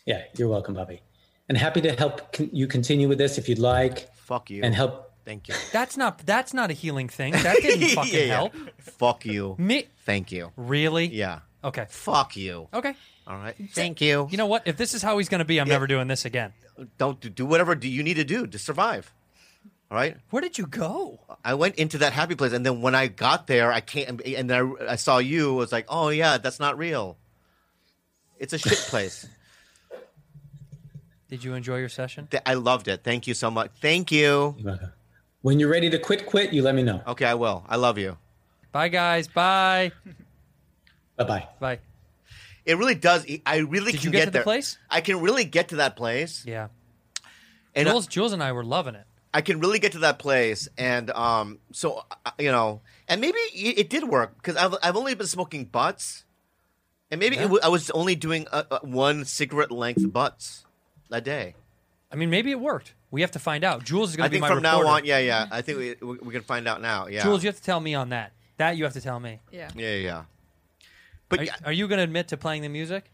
I: Yeah, you're welcome, Bobby. And happy to help con- you continue with this if you'd like,
B: Fuck you.
I: and help
B: Thank you.
A: That's not. That's not a healing thing. That didn't fucking
B: Yeah, yeah.
A: help.
B: Fuck you.
A: Me.
B: Thank you.
A: Really?
B: Yeah.
A: Okay.
B: Fuck you.
A: Okay.
B: All right. Thank you.
A: You know what? If this is how he's going to be, I'm never doing this again.
B: don't do- do whatever do you need to do to survive. All right.
A: Where did you go?
B: I went into that happy place, and then when I got there, I can't. And then I, I saw you. I was like, oh yeah, that's not real. It's a shit place.
A: Did you enjoy your session?
B: Th- I loved it. Thank you so much. Thank you.
I: uh, When you're ready to quit, quit, you let me know.
B: Okay, I will. I love you.
A: Bye, guys. Bye.
I: Bye bye.
A: Bye.
B: It really does. e, I really
A: Did
B: can
A: you get to the
B: there.
A: place?
B: I can really get to that place,
A: Yeah.
B: and I,
A: Jules, Jules, and I were loving it.
B: I can really get to that place. And um, so uh, you know, and maybe it, it did work because I've I've only been smoking butts, and maybe it w- I was only doing uh, uh, one cigarette length butts a day.
A: I mean, maybe it worked. We have to find out. Jules is going
B: I
A: to be
B: think
A: my
B: from
A: reporter.
B: now on, yeah, yeah. I think we, we, we can find out now. Yeah,
A: Jules, you have to tell me on that. That you have to tell me.
G: Yeah.
B: yeah, yeah, yeah. But
A: Are,
B: yeah,
A: are you going to admit to playing the music?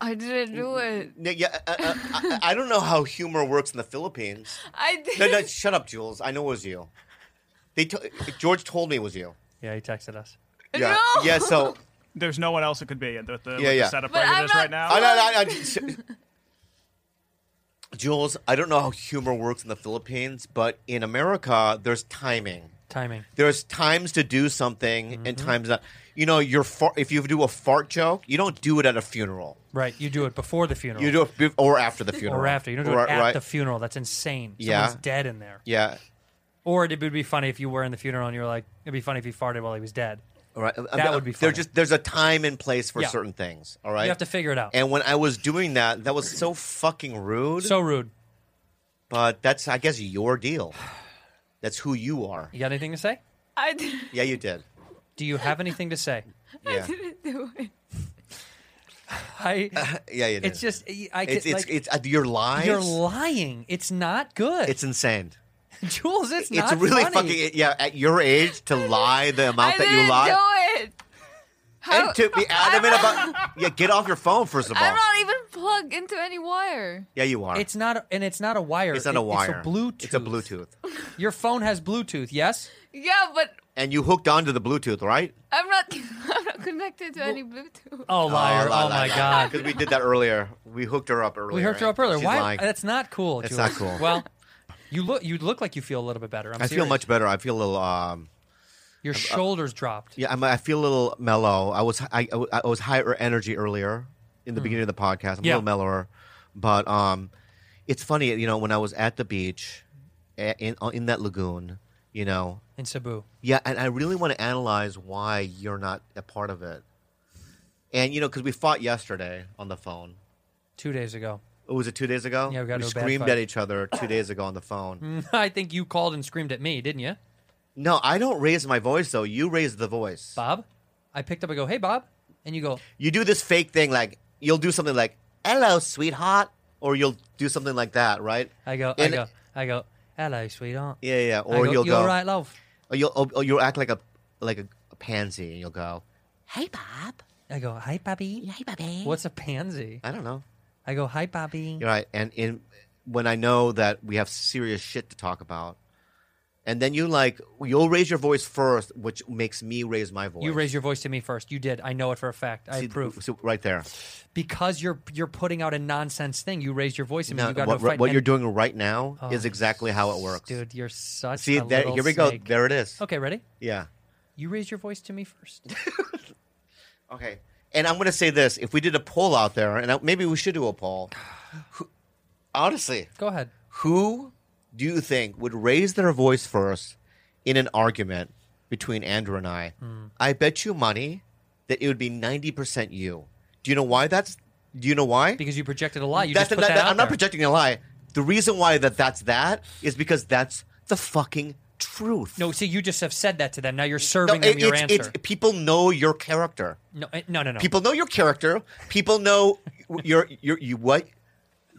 G: I didn't do it.
B: no, yeah, uh, uh, I, I don't know how humor works in the Philippines.
G: I did.
B: No, no, shut up, Jules. I know it was you. They to- George told me it was you.
A: Yeah, he texted us.
B: Yeah,
G: No.
B: yeah. So
J: There's no one else it could be at the, the, with
B: Yeah, yeah.
J: the setup
G: But
J: right
G: I'm
J: it is
G: not-
J: right now.
B: I, I, I, I, s- Jules, I don't know how humor works in the Philippines, but in America, there's timing.
A: Timing.
B: There's times to do something and
A: Mm-hmm.
B: times not. You know, your fart, if you do a fart joke, you don't do it at a funeral.
A: Right. You do it before the funeral.
B: You do it bef- or after the funeral,
A: or after. You don't do
B: Or-
A: it at
B: right.
A: the funeral. That's insane.
B: Yeah.
A: Someone's dead in there.
B: yeah,
A: Or it would be funny if you were in the funeral and you were like, it'd be funny if he farted while he was dead.
B: all right. That
A: would be funny.
B: There's just there's a time and place for
A: Yeah.
B: certain things. All right,
A: You have to figure it out.
B: And when I was doing that, that was so fucking rude.
A: so rude.
B: But that's, I guess, your deal. That's who you are.
A: You got anything to say?
G: I didn't,
B: Yeah, you did.
A: Do you have anything to say?
B: Yeah,
G: didn't do it.
A: I.
B: yeah, you did.
A: It's just I. Can,
B: it's it's,
A: like,
B: it's uh, your lies.
A: you're lying. It's not good.
B: It's insane.
A: Jules. It's,
B: It's
A: not
B: really
A: funny.
B: fucking yeah. At your age, to lie the amount
G: I
B: that
G: didn't
B: you lie
G: do it. How-
B: and to be adamant about yeah, get off your phone first of all.
G: I'm not even plugged into any wire.
B: yeah, you are.
A: It's not, and it's not a wire.
B: It's not
A: It-
B: a wire.
A: It's a Bluetooth.
B: It's a Bluetooth.
A: Your phone has Bluetooth. Yes.
G: Yeah, but
B: And you hooked onto the Bluetooth, right?
G: I'm not. I'm not connected to any Bluetooth.
A: Oh liar! Oh, my god!
B: Because we did that earlier. We hooked her up earlier.
A: We hooked her up
B: and
A: earlier.
B: She's
A: Why?
B: lying.
A: That's not cool.
B: That's
A: Jules.
B: not cool.
A: Well, you look. You look like you feel a little bit better. I'm
B: I feel
A: serious.
B: much uh, better. I feel a little. Um,
A: Your shoulders dropped.
B: yeah, I'm, I feel a little mellow. I was I, I I was higher energy earlier in the beginning of the podcast.
A: Hmm.
B: I'm
A: Yeah.
B: a little mellower, but um, it's funny. You know, when I was at the beach, a- in uh, in that lagoon, you know,
A: in Cebu.
B: Yeah, and I really want to analyze why you're not a part of it. And you know, because we fought yesterday on the phone.
A: Two days ago.
B: Oh, was it two days ago?
A: Yeah, we got into a bad
B: screamed
A: fight. Hmm.
B: at each other two days ago on the phone.
A: I think you called and screamed at me, didn't you,
B: No, I don't raise my voice though. You raise the voice.
A: Bob? I picked up. I go, hey, Bob, and you go,
B: You do this fake thing, like you'll do something like "Hello, sweetheart," or you'll do something like that, right?
A: I go,
B: And-
A: I go, I go. Hello, sweetheart.
B: Yeah, yeah.
A: I
B: Or
A: go,
B: you'll
A: you all
B: go.
A: right, love.
B: Or you'll or, or you'll act like a like a, a pansy, and you'll go, "Hey, Bob."
A: I go, hi, Bobby.
H: Hey, baby.
A: What's a pansy?
B: I don't know.
A: I go, hi, Bobby.
B: You're right. And in when I know that we have serious shit to talk about, and then you like you'll raise your voice first, which makes me raise my voice.
A: You raised your voice to me first. You did. I know it for a fact. I
B: See,
A: approve.
B: So right there.
A: because you're you're putting out a nonsense thing. You raised your voice and
B: Now,
A: you got
B: what,
A: to a fight.
B: what
A: and-
B: you're doing right now
A: Oh,
B: is exactly how it works,
A: dude. You're such.
B: See,
A: a
B: there,
A: little
B: here we go.
A: snake.
B: There it is.
A: Okay, ready?
B: Yeah.
A: You raised your voice to me first.
B: Okay. And I'm going to say this: if we did a poll out there, and I- maybe we should do a poll, who- honestly,
A: go ahead.
B: who do you think would raise their voice first in an argument between Andrew and I?
A: Hmm.
B: I bet you money that it would be ninety percent you. Do you know why that's? Do you know why?
A: Because you projected a lie. You
B: that's
A: just put
B: not-
A: that,
B: that-
A: out
B: I'm not
A: there.
B: projecting a lie. The reason why that that's that is because that's the fucking truth.
A: No, see, you just have said that to them. Now you're
B: No,
A: serving
B: it-
A: them your
B: it's-
A: answer.
B: it's- people know your character.
A: no, eh, no, no, no.
B: People know your character. People know your your you what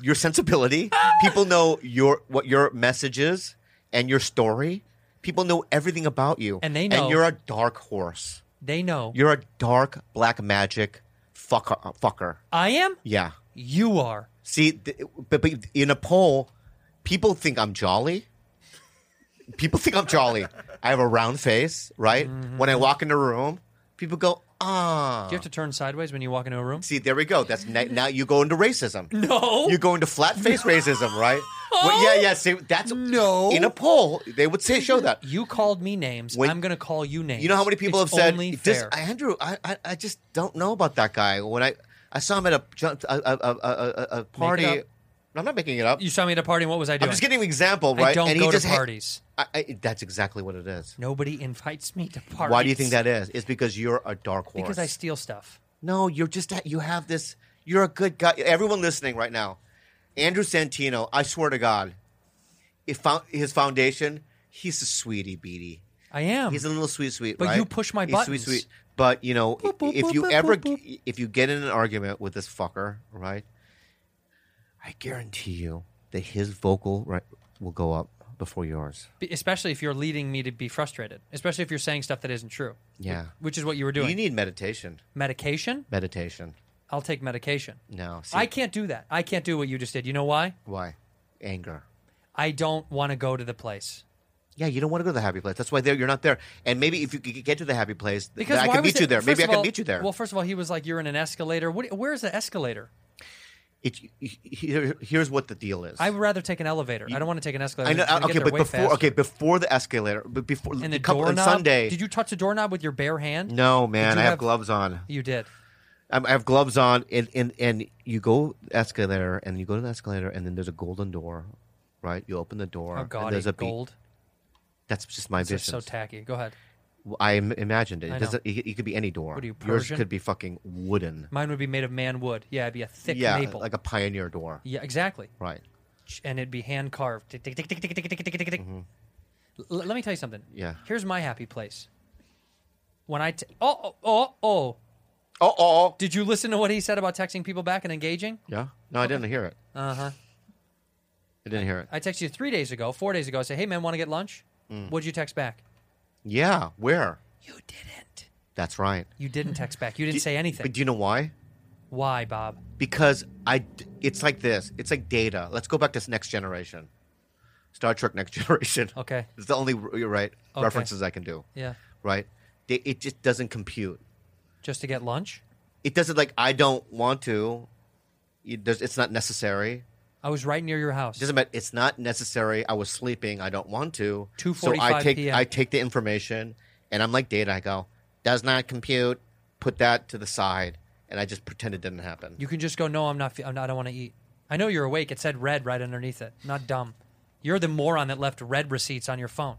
B: your sensibility. People know your what your message is and your story. People know everything about you,
A: And they know-
B: And you're a dark horse.
A: they know.
B: You're a dark black magic fucker. uh, fucker.
A: I am.
B: Yeah.
A: You are.
B: See, th- but, but in a poll, people think I'm jolly. People think I'm jolly. I have a round face, right?
A: Mm-hmm.
B: When I walk in the room, people go, ah.
A: Do you have to turn sideways when you walk into a room?
B: See, there we go. That's na- now you go into racism.
A: No.
B: you go into flat face racism, right? Well, yeah, yeah. See, that's
A: No.
B: In a poll, they would say show that.
A: You called me names.
B: When-
A: I'm going to call you names.
B: You know how many people
A: It's
B: have said,
A: only
B: "This-
A: fair.
B: Andrew, I, I, I just don't know about that guy. When I, I saw him at a ju- a, a, a, a- a, a party.
A: up.
B: I'm not making it up.
A: you saw me at a party. and What was I doing?
B: I'm just giving an example, right?
A: I don't
B: And he
A: go to
B: just ha-
A: parties.
B: I, I, that's exactly what it is.
A: Nobody invites me to parties.
B: Why do you think that is? It's because you're a dark horse.
A: Because I steal stuff.
B: No, you're just a- you have this. You're a good guy. Everyone listening right now, Andrew Santino. I swear to God, if found his foundation, he's a sweetie beatie.
A: I am.
B: He's a little sweet sweet.
A: But
B: right?
A: you push my
B: He's
A: buttons.
B: Sweet sweet. But you know,
A: Boop, boop,
B: if you
A: boop, boop,
B: ever
A: boop, boop.
B: if you get in an argument with this fucker, right? I guarantee you that his vocal right will go up before yours.
A: B- especially if you're leading me to be frustrated. Especially if you're saying stuff that isn't true.
B: Yeah.
A: Which is what you were doing.
B: You need meditation.
A: medication?
B: Meditation.
A: I'll take medication.
B: No. See,
A: I can't do that. I can't do what you just did. You know why?
B: Why? Anger.
A: I don't want to go to the place.
B: Yeah, you don't want to go to the happy place. That's why there you're not there. And maybe if you could get to the happy place, th-
A: Because
B: I
A: why
B: can
A: was
B: meet
A: it-
B: you there.
A: first
B: Maybe I
A: of
B: can
A: all-
B: meet you there.
A: Well, first of all, he was like, "You're in an escalator. What, where's the escalator?
B: it, here, here's what the deal is.
A: I would rather take an elevator. I don't want to take an escalator.
B: I know. uh,
A: It's gonna
B: Okay,
A: get there
B: but
A: way
B: before
A: faster.
B: okay before the escalator, but before
A: and the
B: a couple- on
A: doorknob.
B: Sunday.
A: Did you touch the doorknob with your bare hand?
B: No, man.
A: you
B: I have,
A: have-
B: gloves on.
A: You did.
B: I'm, I have gloves on, and, and and you go escalator, and you go to the escalator, and then there's a golden door, right? You open the door.
A: Oh
B: and
A: god,
B: there's a beat.
A: gold.
B: That's just my
A: That's so
B: vision.
A: tacky. Go ahead.
B: I im- imagined it.
A: I
B: It,
A: know.
B: doesn't, it, it could be any door.
A: What are you,
B: Yours
A: Persian?
B: could be fucking wooden.
A: Mine would be made of man wood. Yeah, it'd be a thick
B: yeah,
A: maple.
B: like a pioneer door.
A: yeah, exactly.
B: Right.
A: sh- and it'd be hand carved. Tick, tick, tick, tick, tick, tick, tick, tick, tick, tick. L- let me tell you something.
B: Mm-hmm. Yeah.
A: Here's my happy place. When I t- oh oh oh oh,
B: Oh, oh.
A: did you listen to what he said about texting people back and engaging?
B: Yeah. No, I didn't hear it. Uh huh.
A: Uh-huh.
B: I didn't hear it.
A: I texted you three days ago, four days ago. I say, hey man, want to get lunch?
B: Mm.
A: What'd you text back?
B: Yeah. Where?
A: You didn't.
B: That's right.
A: You didn't text back. You didn't say anything.
B: But do you know why?
A: Why, Bob?
B: because I d- it's like this. It's like data. Let's go back to next generation. Star Trek Next Generation.
A: Okay.
B: It's the only you're right references I can do.
A: Yeah,
B: Right? They, it just doesn't compute.
A: just to get lunch.
B: It doesn't like I don't want to. It does, it's not necessary.
A: I was right near your house.
B: It doesn't matter. It's not necessary. I was sleeping. I don't want to. So I
A: 2:45
B: take
A: PM.
B: I take the information and I'm like data. I go does not compute. Put that to the side, and I just pretend it didn't happen.
A: You can just go. No, I'm not. fe- I'm not I don't want to eat. I know you're awake. It said red right underneath it. Not dumb. You're the moron that left red receipts on your phone.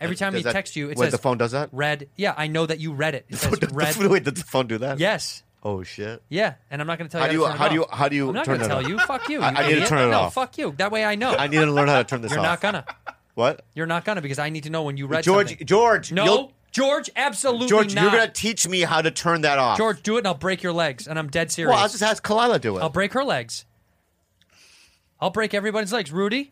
A: Every time
B: Does
A: he
B: that-
A: texts you, it
B: what,
A: says
B: the phone does that?
A: red. Yeah, I know that you read it. It
B: So
A: says
B: does the
A: red.
B: phone- Wait, did the phone do that?
A: Yes.
B: Oh shit.
A: Yeah, and I'm not going to tell
B: How do
A: you. to
B: you-
A: turn it
B: how do you-
A: off.
B: how do you
A: I'm not
B: turn
A: gonna
B: it
A: tell
B: off?
A: you. Fuck you.
B: I-
A: you
B: I need to
A: idiot.
B: turn it
A: no,
B: off.
A: fuck you. That way I know.
B: I need to learn how to turn this
A: You're
B: off.
A: not gonna.
B: What?
A: You're not gonna because I need to know when you read
B: George,
A: something.
B: George,
A: no,
B: you'll-
A: George, absolutely
B: George,
A: not.
B: you're gonna teach me how to turn that off.
A: George, do it, and I'll break your legs. And I'm dead serious.
B: well, I'll just ask Kalila do it.
A: I'll break her legs. I'll break everybody's legs. Rudy,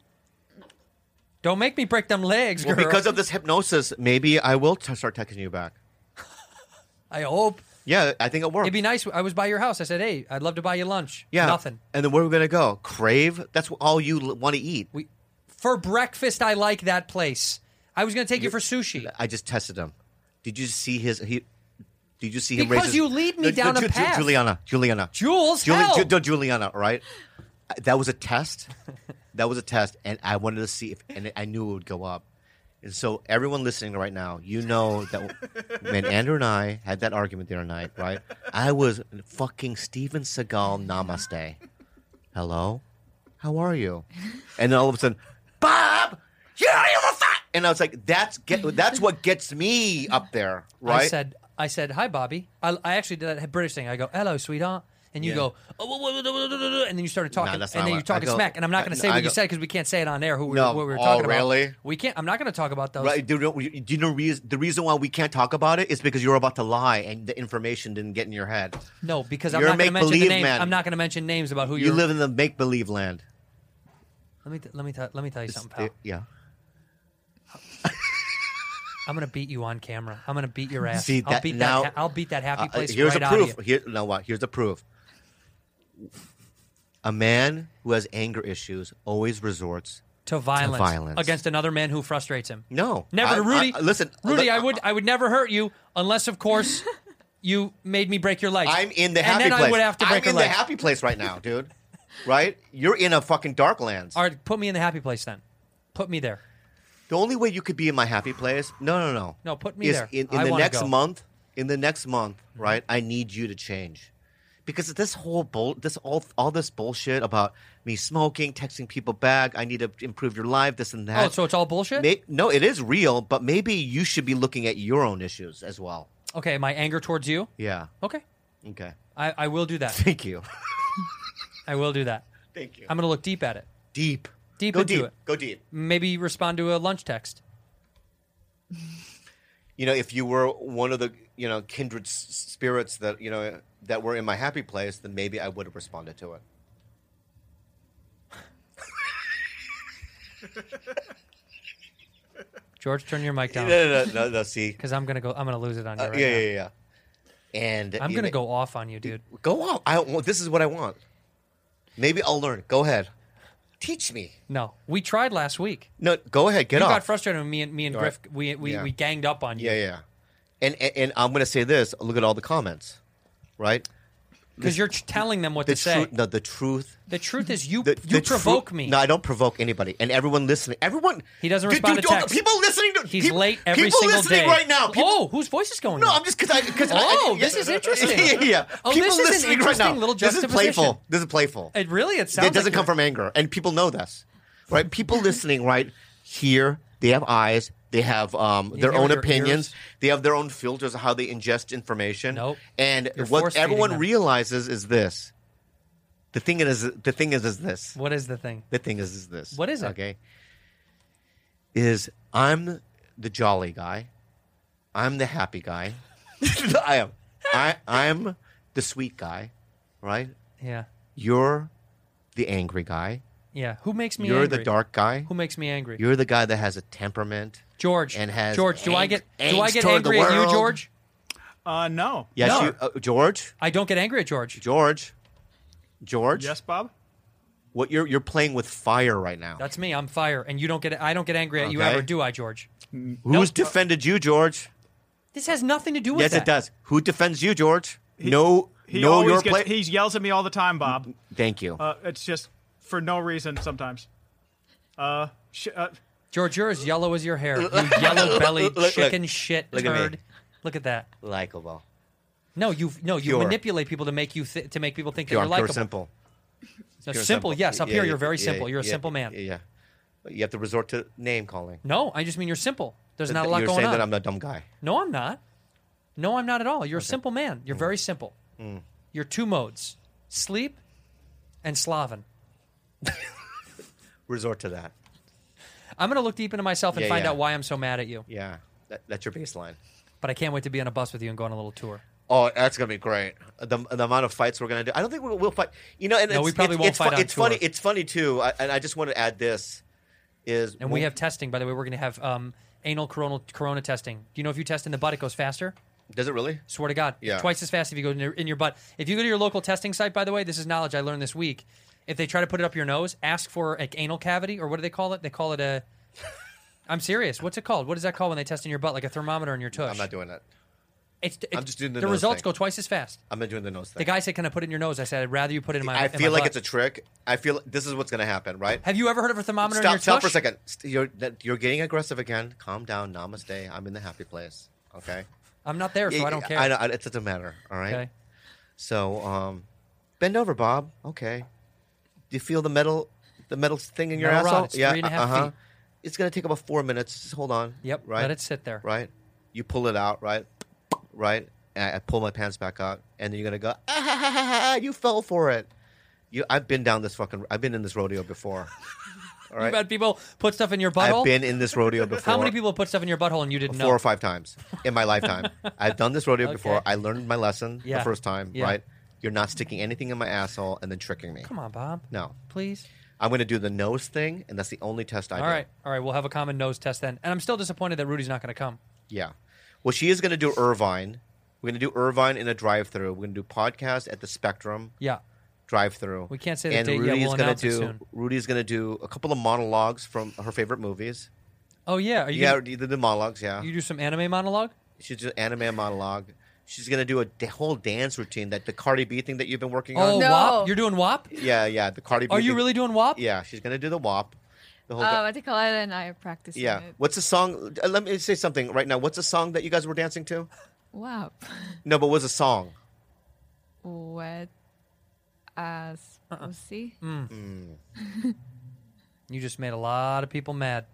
A: don't make me break them legs,
B: well,
A: girl.
B: because of this hypnosis, maybe I will t- start texting you back.
A: I hope
B: Yeah, I think it works.
A: it'd be nice. I was by your house. I said, "Hey, I'd love to buy you lunch."
B: yeah,
A: nothing
B: And then where are we gonna go? Crave? That's wh- all you l- want to eat.
A: We- for breakfast. I like that place. I was going to take you for sushi.
B: I just tested him. Did you see his? He, did you see him?
A: Because
B: raise his-
A: you lead me
B: No,
A: down
B: no,
A: a
B: Ju- Ju-
A: path.
B: Juliana, Juliana,
A: Jules,
B: Juli-
A: help!
B: Ju- no, Juliana, all right? I- That was a test. That was a test, and I wanted to see if, and I knew it would go up. And so, everyone listening right now, you know that when Andrew and I had that argument the other night, right? I was fucking Steven Seagal namaste. Hello? How are you? And then all of a sudden, Bob, you don't even fuck! And I was like, that's get, that's what gets me up there, right?
A: I said, "I said hi, Bobby." I, I actually did that British thing. I go, "Hello, sweetheart," and you
B: Yeah.
A: go, oh, whoa, whoa, whoa, whoa, whoa, whoa," and then you started talking,
B: that's
A: and
B: not
A: then
B: what-
A: you're talking
B: I go-
A: smack. And I'm not going
B: I-
A: to say what
B: I
A: you
B: go-
A: said because we can't say it on air. Who we,
B: No.
A: what we were
B: Oh,
A: talking
B: really?
A: about? We can't. I'm not going to talk about those.
B: Right? Do you know, do you know reas- the reason why we can't talk about it is because you're about to lie and the information didn't get in your head.
A: No, because I'm
B: You're
A: not going to
B: a
A: mention the
B: make-believe
A: names.
B: man.
A: I'm not going to mention names about who
B: You
A: you're-
B: live in the make believe land.
A: Let me t- let me t- let me tell you something, pal.
B: It- yeah.
A: I'm going to beat you on camera. I'm going to beat your ass.
B: See,
A: I'll
B: that-
A: beat
B: now-
A: that. ha- I'll beat that happy
B: Uh, uh,
A: place
B: here's
A: right
B: a
A: out of you.
B: proof. Here, no, what? Here's the proof. A man who has anger issues always resorts.
A: to violence,
B: violence.
A: against another man who frustrates him.
B: No,
A: Never
B: I-
A: to Rudy.
B: I- listen,
A: Rudy,
B: I-
A: I would I would never hurt you unless, of course, you made me break your legs.
B: I'm in the
A: and
B: happy
A: then
B: place.
A: I would have to break
B: I'm
A: your
B: in the
A: legs.
B: happy place right now, dude. right? You're in a fucking dark lands.
A: All right, put me in the happy place then. Put me there.
B: The only way you could be in my happy place, no, no, no,
A: No, put me
B: is
A: there.
B: In, in
A: I
B: the
A: wanna
B: next
A: go. Mm-hmm.
B: month, in the next month, right? I need you to change, because this whole bull, this all, all this bullshit about me smoking, texting people back. I need to improve your life, this and that.
A: Oh, so it's all bullshit.
B: Uh, May- no, it is real, but maybe you should be looking at your own issues as well.
A: okay, my anger towards you.
B: Yeah.
A: Okay,
B: Okay.
A: I, I will do that.
B: Thank you.
A: I will do that.
B: Thank you.
A: I'm going to look deep at it.
B: deep.
A: Deep
B: Go
A: into
B: deep.
A: it.
B: Go deep.
A: Maybe respond to a lunch text.
B: you know, if you were one of the you know kindred s- spirits that you know that were in my happy place, then maybe I would have responded to it.
A: George, turn your mic
B: No,
A: down
B: no, no, no, no, see,
A: because I'm going to go. I'm going to lose it on you.
B: Uh,
A: right
B: yeah,
A: now.
B: yeah, yeah. And
A: I'm
B: you
A: going to
B: may-
A: go off on you, dude.
B: Go on. I want. This is what I want. Maybe I'll learn. Go ahead. Teach me.
A: No, we tried last week.
B: No, go ahead. Get
A: you
B: off.
A: got frustrated with me and me and
B: All right.
A: Griff. We we,
B: Yeah.
A: we ganged up on you.
B: yeah, yeah. And, and and I'm gonna say this. Look at all the comments, right?
A: because you're ch- telling them what
B: The
A: to say.
B: truth. No, the truth.
A: the truth is, you
B: The,
A: you
B: the tru-
A: provoke me.
B: No, I don't provoke anybody. And everyone listening, everyone.
A: He doesn't respond to
B: all the
A: text.
B: People listening to
A: He's
B: peop-
A: late every
B: people
A: single
B: listening
A: day.
B: right now. People,
A: oh, whose voice is going?
B: No,
A: on?
B: I'm just because I because
A: Oh,
B: I,
A: this is interesting.
B: yeah, yeah.
A: Oh,
B: people
A: this is an
B: listening right
A: interesting
B: now.
A: little
B: this is
A: juxtaposition.
B: playful. This is playful.
A: It really it sounds.
B: It doesn't
A: like
B: come from anger, and people know this, right? People listening right here, they have eyes. They have um, their
A: hear
B: own
A: your
B: opinions.
A: ears.
B: They have their own filters of how they ingest information.
A: Nope.
B: And
A: You're
B: what
A: force-feeding
B: everyone
A: them.
B: realizes is this: The thing is, the thing is, is this.
A: What is the thing?
B: The thing is, is this.
A: What is it?
B: Okay. Is I'm the jolly guy. I'm the happy guy. I am. I I'm the sweet guy, right?
A: Yeah.
B: You're the angry guy.
A: Yeah. Who makes me
B: You're
A: angry?
B: the dark guy.
A: Who makes me angry?
B: You're the guy that has a temperament.
A: George.
B: and has
A: George, do I
B: ang-
A: get do I
B: angst
A: get
B: toward the
A: angry at you,
B: world.
A: George?
J: Uh, no.
B: Yes,
A: No.
B: you, uh, George.
A: I don't get angry at George.
B: George. George.
J: Yes, Bob.
B: What you're you're playing with fire right now.
A: That's me. I'm fire, and you don't get. I don't get angry at you
B: Okay.
A: ever, do I, George?
B: Who's defended you, George?
A: This has nothing to do with
B: Yes,
A: that.
B: it does. Who defends you, George? no,
J: He
B: no,
J: always
B: your
J: gets.
B: play.
J: He yells at me all the time, Bob.
B: Thank you.
J: Uh, it's just for no reason sometimes. Uh, sh- uh
A: George, you're as yellow as your hair. You yellow bellied
B: look.
A: chicken shit
B: Look at me.
A: turd. Look at that.
B: Likeable.
A: No, you no you
B: Pure.
A: manipulate people to make you th- to make people think that
B: Pure,
A: you're
B: pure
A: likable.
B: simple.
A: No,
B: Pure
A: simple, Yes, up
B: Yeah,
A: here
B: yeah,
A: you're very
B: yeah,
A: simple. You're a
B: yeah,
A: simple man.
B: Yeah. But You have to resort to name calling.
A: No, I just mean you're simple. There's not a lot
B: you're
A: going
B: saying
A: on.
B: that I'm a dumb guy.
A: No, I'm not. No, I'm not at all. You're a simple man.
B: Mm.
A: You're very simple. You're two modes: sleep and sloven.
B: Resort to that.
A: I'm gonna look deep into myself and
B: Yeah,
A: find
B: yeah.
A: out why I'm so mad at you.
B: Yeah. That, that's your baseline.
A: But I can't wait to be on a bus with you and go on a little tour.
B: Oh, that's gonna be great. The, the amount of fights we're gonna do. I don't think we'll, we'll fight. You know, and
A: No,
B: it's,
A: we probably
B: it's,
A: won't
B: it's
A: fight on
B: It's funny.
A: tour.
B: It's funny too. I, and I just want to add this: is
A: And we have testing. By the way, we're gonna have um, anal coronal corona testing. Do you know if you test in the butt, it goes faster?
B: does it really?
A: Swear to God,
B: Yeah.
A: twice as fast if you go in your, in your butt. If you go to your local testing site, by the way, this is knowledge I learned this week. If they try to put it up your nose, ask for an anal cavity or what do they call it? They call it a. I'm serious. What's it called? What is that called when they test in your butt, like a thermometer in your tush?
B: I'm not doing that.
A: It's, it's,
B: I'm just doing the
A: the
B: nose
A: results
B: thing.
A: go twice as fast.
B: I'm not doing the nose thing.
A: The guy said, "Can I put it in your nose?" I said, "I'd rather you put it in my."
B: I
A: in my
B: feel like
A: butt."
B: it's a trick. I feel this is what's going to happen, right?
A: Have you ever heard of a thermometer in your tush?
B: Stop, stop for a second. St- You're, that- you're getting aggressive again. Calm down. Namaste. I'm in the happy place. Okay.
A: I'm not there, so
B: Yeah,
A: I don't care.
B: I know, I- it doesn't matter. All right.
A: Okay.
B: So, um, bend over, Bob. Okay. Do you feel the metal, the metal thing in your
A: Metal rod.
B: asshole? uh-huh.
A: It's three and a half feet.
B: It's going to take about four minutes. Just hold on.
A: Yep.
B: Right.
A: Let it sit there.
B: Right. You pull it out. Right. Right. And I, I pull my pants back out, and then you're gonna go. Ah, ha, ha, ha, ha, you fell for it. You. I've been down this fucking. I've been in this rodeo before. All
A: You've
B: right.
A: had people put stuff in your butthole.
B: I've been in this rodeo before.
A: How many people put stuff in your butthole and you didn't
B: Four
A: know?
B: or five times in my lifetime. I've done this rodeo before.
A: Okay.
B: I learned my lesson
A: Yeah.
B: the first time,
A: Yeah.
B: right? You're not sticking anything in my asshole and then tricking me.
A: Come on, Bob.
B: No.
A: please.
B: I'm going to do the nose thing, and that's the only test I
A: All
B: do.
A: right, all right. We'll have a common nose test then. And I'm still disappointed that Rudy's not going to come.
B: Yeah. Well, she is going to do Irvine. We're going to do Irvine in a drive through. We're going to do podcast at the Spectrum
A: Yeah,
B: drive through.
A: We can't say the
B: and
A: date yet.
B: Rudy
A: We'll
B: is going
A: announce
B: to
A: it
B: do
A: soon.
B: Rudy's going to do a couple of monologues from her favorite movies.
A: Oh yeah. Are you
B: Yeah,
A: gonna-
B: the, the monologues. Yeah,
A: you do some anime monologue?
B: she's just anime monologue. She's going to do a d- whole dance routine that the Cardi B thing that you've been working
A: Oh,
B: on.
G: No.
A: WAP. You're doing WAP.
B: Yeah, yeah. The Cardi B.
A: Are you
B: thing-
A: really doing WAP?
B: Yeah, she's gonna do the WAP. The whole.
G: Um,
B: go-
G: I think Kalila and I are practicing
B: yeah.
G: it.
B: What's the song? uh, Let me say something right now. What's the song that you guys were dancing to?
G: Wow.
B: No, but what's a song?
G: Wet ass
B: Uh-uh.
G: pussy.
B: Mm.
A: You just made a lot of people mad.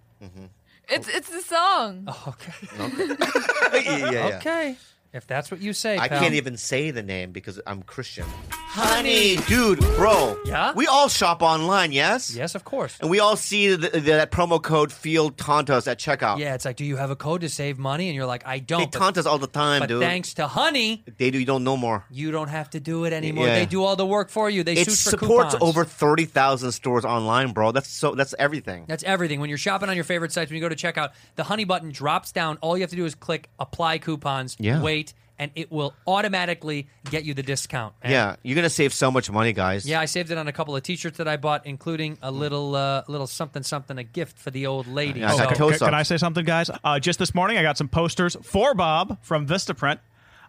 G: It's it's the song.
A: Okay.
B: yeah, yeah, yeah.
A: Okay. If that's what you say,
B: I
A: pal.
B: can't even say the name because I'm Christian. Honey, dude, bro.
A: Yeah?
B: We all shop online, yes.
A: Yes, of course.
B: And we all see the, the, that promo code Field Tontos at checkout.
A: Yeah, it's like, do you have a code to save money? And you're like, I
B: They
A: don't. but-
B: taunt us all the time,
A: but
B: dude.
A: thanks to Honey,
B: They do. You don't know more.
A: you don't have to do it anymore.
B: Yeah.
A: They do all the work for you. They
B: It
A: suit for
B: supports
A: coupons.
B: over thirty thousand stores online, bro. That's so. That's everything.
A: That's everything. When you're shopping on your favorite sites, when you go to checkout, the Honey button drops down. All you have to do is click apply coupons,
B: Yeah.
A: wait, and it will automatically get you the discount. man.
B: yeah, you're gonna save so much money, guys.
A: Yeah, I saved it on a couple of T-shirts that I bought, including a little, uh, little something, something, a gift for the old lady.
B: Yeah, I got
A: So-
B: toe
J: oh, Can- Can I
B: sucks.
J: say something, guys? Uh, just this morning, I got some posters for Bob from Vistaprint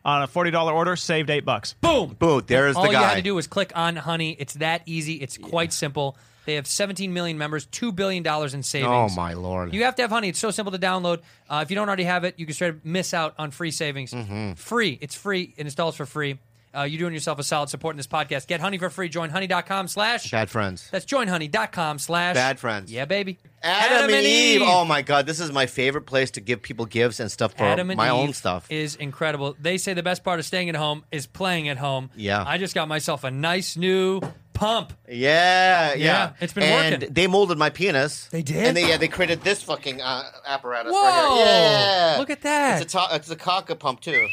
J: on a forty dollar order. Saved eight bucks.
A: boom,
B: Boom, there's
A: all
B: the
A: you
B: guy.
A: had to do was click on Honey. It's that easy. It's quite simple. They have 17 million members, two billion dollars in
B: Oh
A: savings.
B: my lord!
A: You have to have Honey. It's so simple to download. Uh, if you don't already have it, you can straight up miss out on free savings.
B: Mm-hmm.
A: Free. It's free. It installs for free. Uh, you're doing yourself a solid supporting this podcast. Get Honey for free. Join honey.com slash.
B: bad friends.
A: That's joinhoney.com slash.
B: Bad friends.
A: Yeah, baby.
B: Adam, and Eve. Oh my god, this is my favorite place to give people gifts and stuff for
A: Adam and
B: my
A: Eve
B: own stuff.
A: is incredible. They say the best part of staying at home is playing at home.
B: Yeah.
A: I just got myself a nice new pump.
B: Yeah, yeah,
A: Yeah, it's been
B: and
A: working.
B: they molded my penis.
H: They did?
B: and they yeah they created this fucking uh, apparatus.
A: Whoa!
B: right here. yeah,
A: Look at that.
B: It's a to- it's a cock pump too.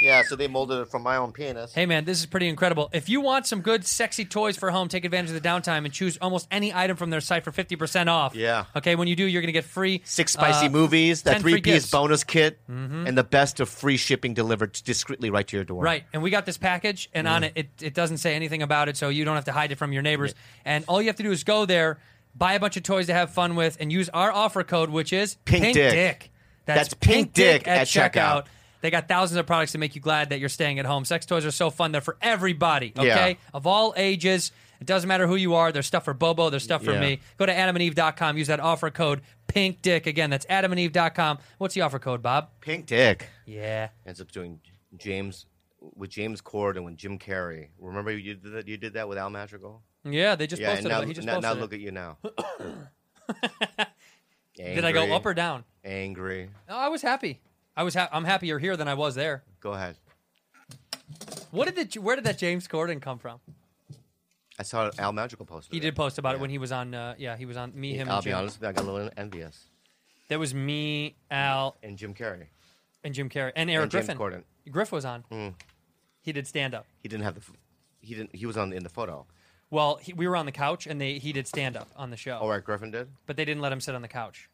B: Yeah, so they molded it from my own penis.
A: Hey man, this is pretty incredible. If you want some good, sexy toys for home, take advantage of the downtime and choose almost any item from their site for fifty percent off.
B: Yeah.
A: Okay. When you do, you're gonna get free
B: Six spicy
A: uh,
B: movies,
A: 10
B: that
A: free
B: three piece
A: gifts. Mm-hmm.
B: bonus kit, and the best of free shipping delivered discreetly right to your door.
A: Right, and we got this package, and on it, it, it doesn't say anything about it, so you don't have to hide it from your neighbors. And all you have to do is go there, buy a bunch of toys to have fun with, and use our offer code, which is
B: Pink Dick. That's Pink Dick at checkout.
A: They got thousands of products to make you glad that you're staying at home. Sex toys are so fun; they're for everybody. Okay,
B: Yeah.
A: of all ages. It doesn't matter who you are. There's stuff for Bobo. There's stuff for
B: Yeah.
A: me. Go to AdamAndEve.com. Use that offer code Pink Dick again. That's AdamAndEve.com. What's the offer code, Bob?
B: Pink dick.
A: Yeah.
B: ends up doing James with James Corden when Jim Carrey. Remember you did that? You did that with Al Madrigal.
A: Yeah, they just
B: Yeah, and
A: posted
B: now,
A: it. He just
B: now,
A: posted
B: now
A: it.
B: look at you now.
A: Did I go up or down?
B: Angry.
A: No, I was happy. I was ha- I'm happier here than I was there.
B: Go ahead.
A: What did the, where did that James Corden come from?
B: I saw Al Madrigal post.
A: He did post about it when he was on. Uh, yeah, he was on me, him.
B: I'll
A: and
B: be
A: Jim.
B: honest with you. I got a little envious.
A: There was me, Al,
B: And Jim Carrey.
A: and Jim Carrey, and Eric
B: And James
A: Griffin.
B: Corden. Mm.
A: Griff was on. He did stand up.
B: He didn't have the. f- He didn't. He was on the, in the photo.
A: Well, he, we were on the couch, and they he did stand up on the show,
B: Oh, Eric Griffin did.
A: but they didn't let him sit on the couch.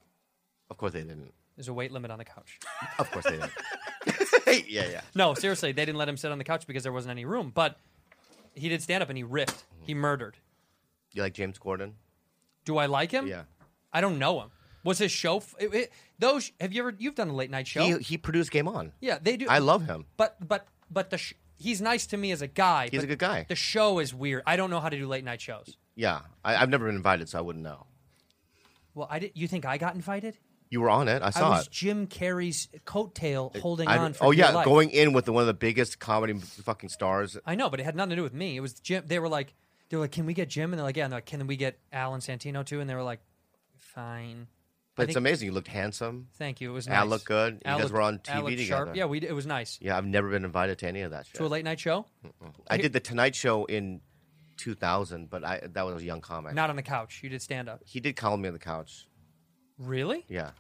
B: Of course they didn't.
A: There's a weight limit on the couch.
B: Of course they didn't. yeah, yeah.
A: No, seriously, they didn't let him sit on the couch because there wasn't any room. But he did stand up, and he ripped. He murdered.
B: You like James Corden?
A: Do I like him?
B: Yeah.
A: I don't know him. Was his show? F- it, it- those have you ever? You've done a late night show.
B: He he produced Game On.
A: yeah, they do.
B: I love him.
A: but but but the sh- he's nice to me as a guy.
B: He's a
A: but
B: good guy.
A: The show is weird. I don't know how to do late night shows.
B: Yeah, I, I've never been invited, so I wouldn't know.
A: Well, I did. You think I got invited?
B: You were on it. I
A: I
B: saw
A: was
B: it.
A: Jim Carrey's coattail holding
B: I-
A: on. For
B: oh
A: dear
B: yeah,
A: life.
B: going in with the, one of the biggest comedy fucking stars.
A: I know, but it had nothing to do with me. It was Jim. They were like, they were like, can we get Jim? And they're like, yeah. And they're like, can we get Alan Santino too? And they were like, fine.
B: But
A: I
B: it's
A: think-
B: amazing. You looked handsome.
A: Thank you. It was nice.
B: Al looked good. You
A: Al
B: guys
A: looked-
B: were on
A: Al
B: TV
A: looked sharp.
B: together.
A: Yeah, we. It was nice.
B: Yeah, I've never been invited to any of that shit.
A: To a late night show,
B: I did the Tonight Show in 2000, but I that was a young comic.
A: not on the couch. You did stand up.
B: he did call me on the couch.
A: Really?
B: Yeah,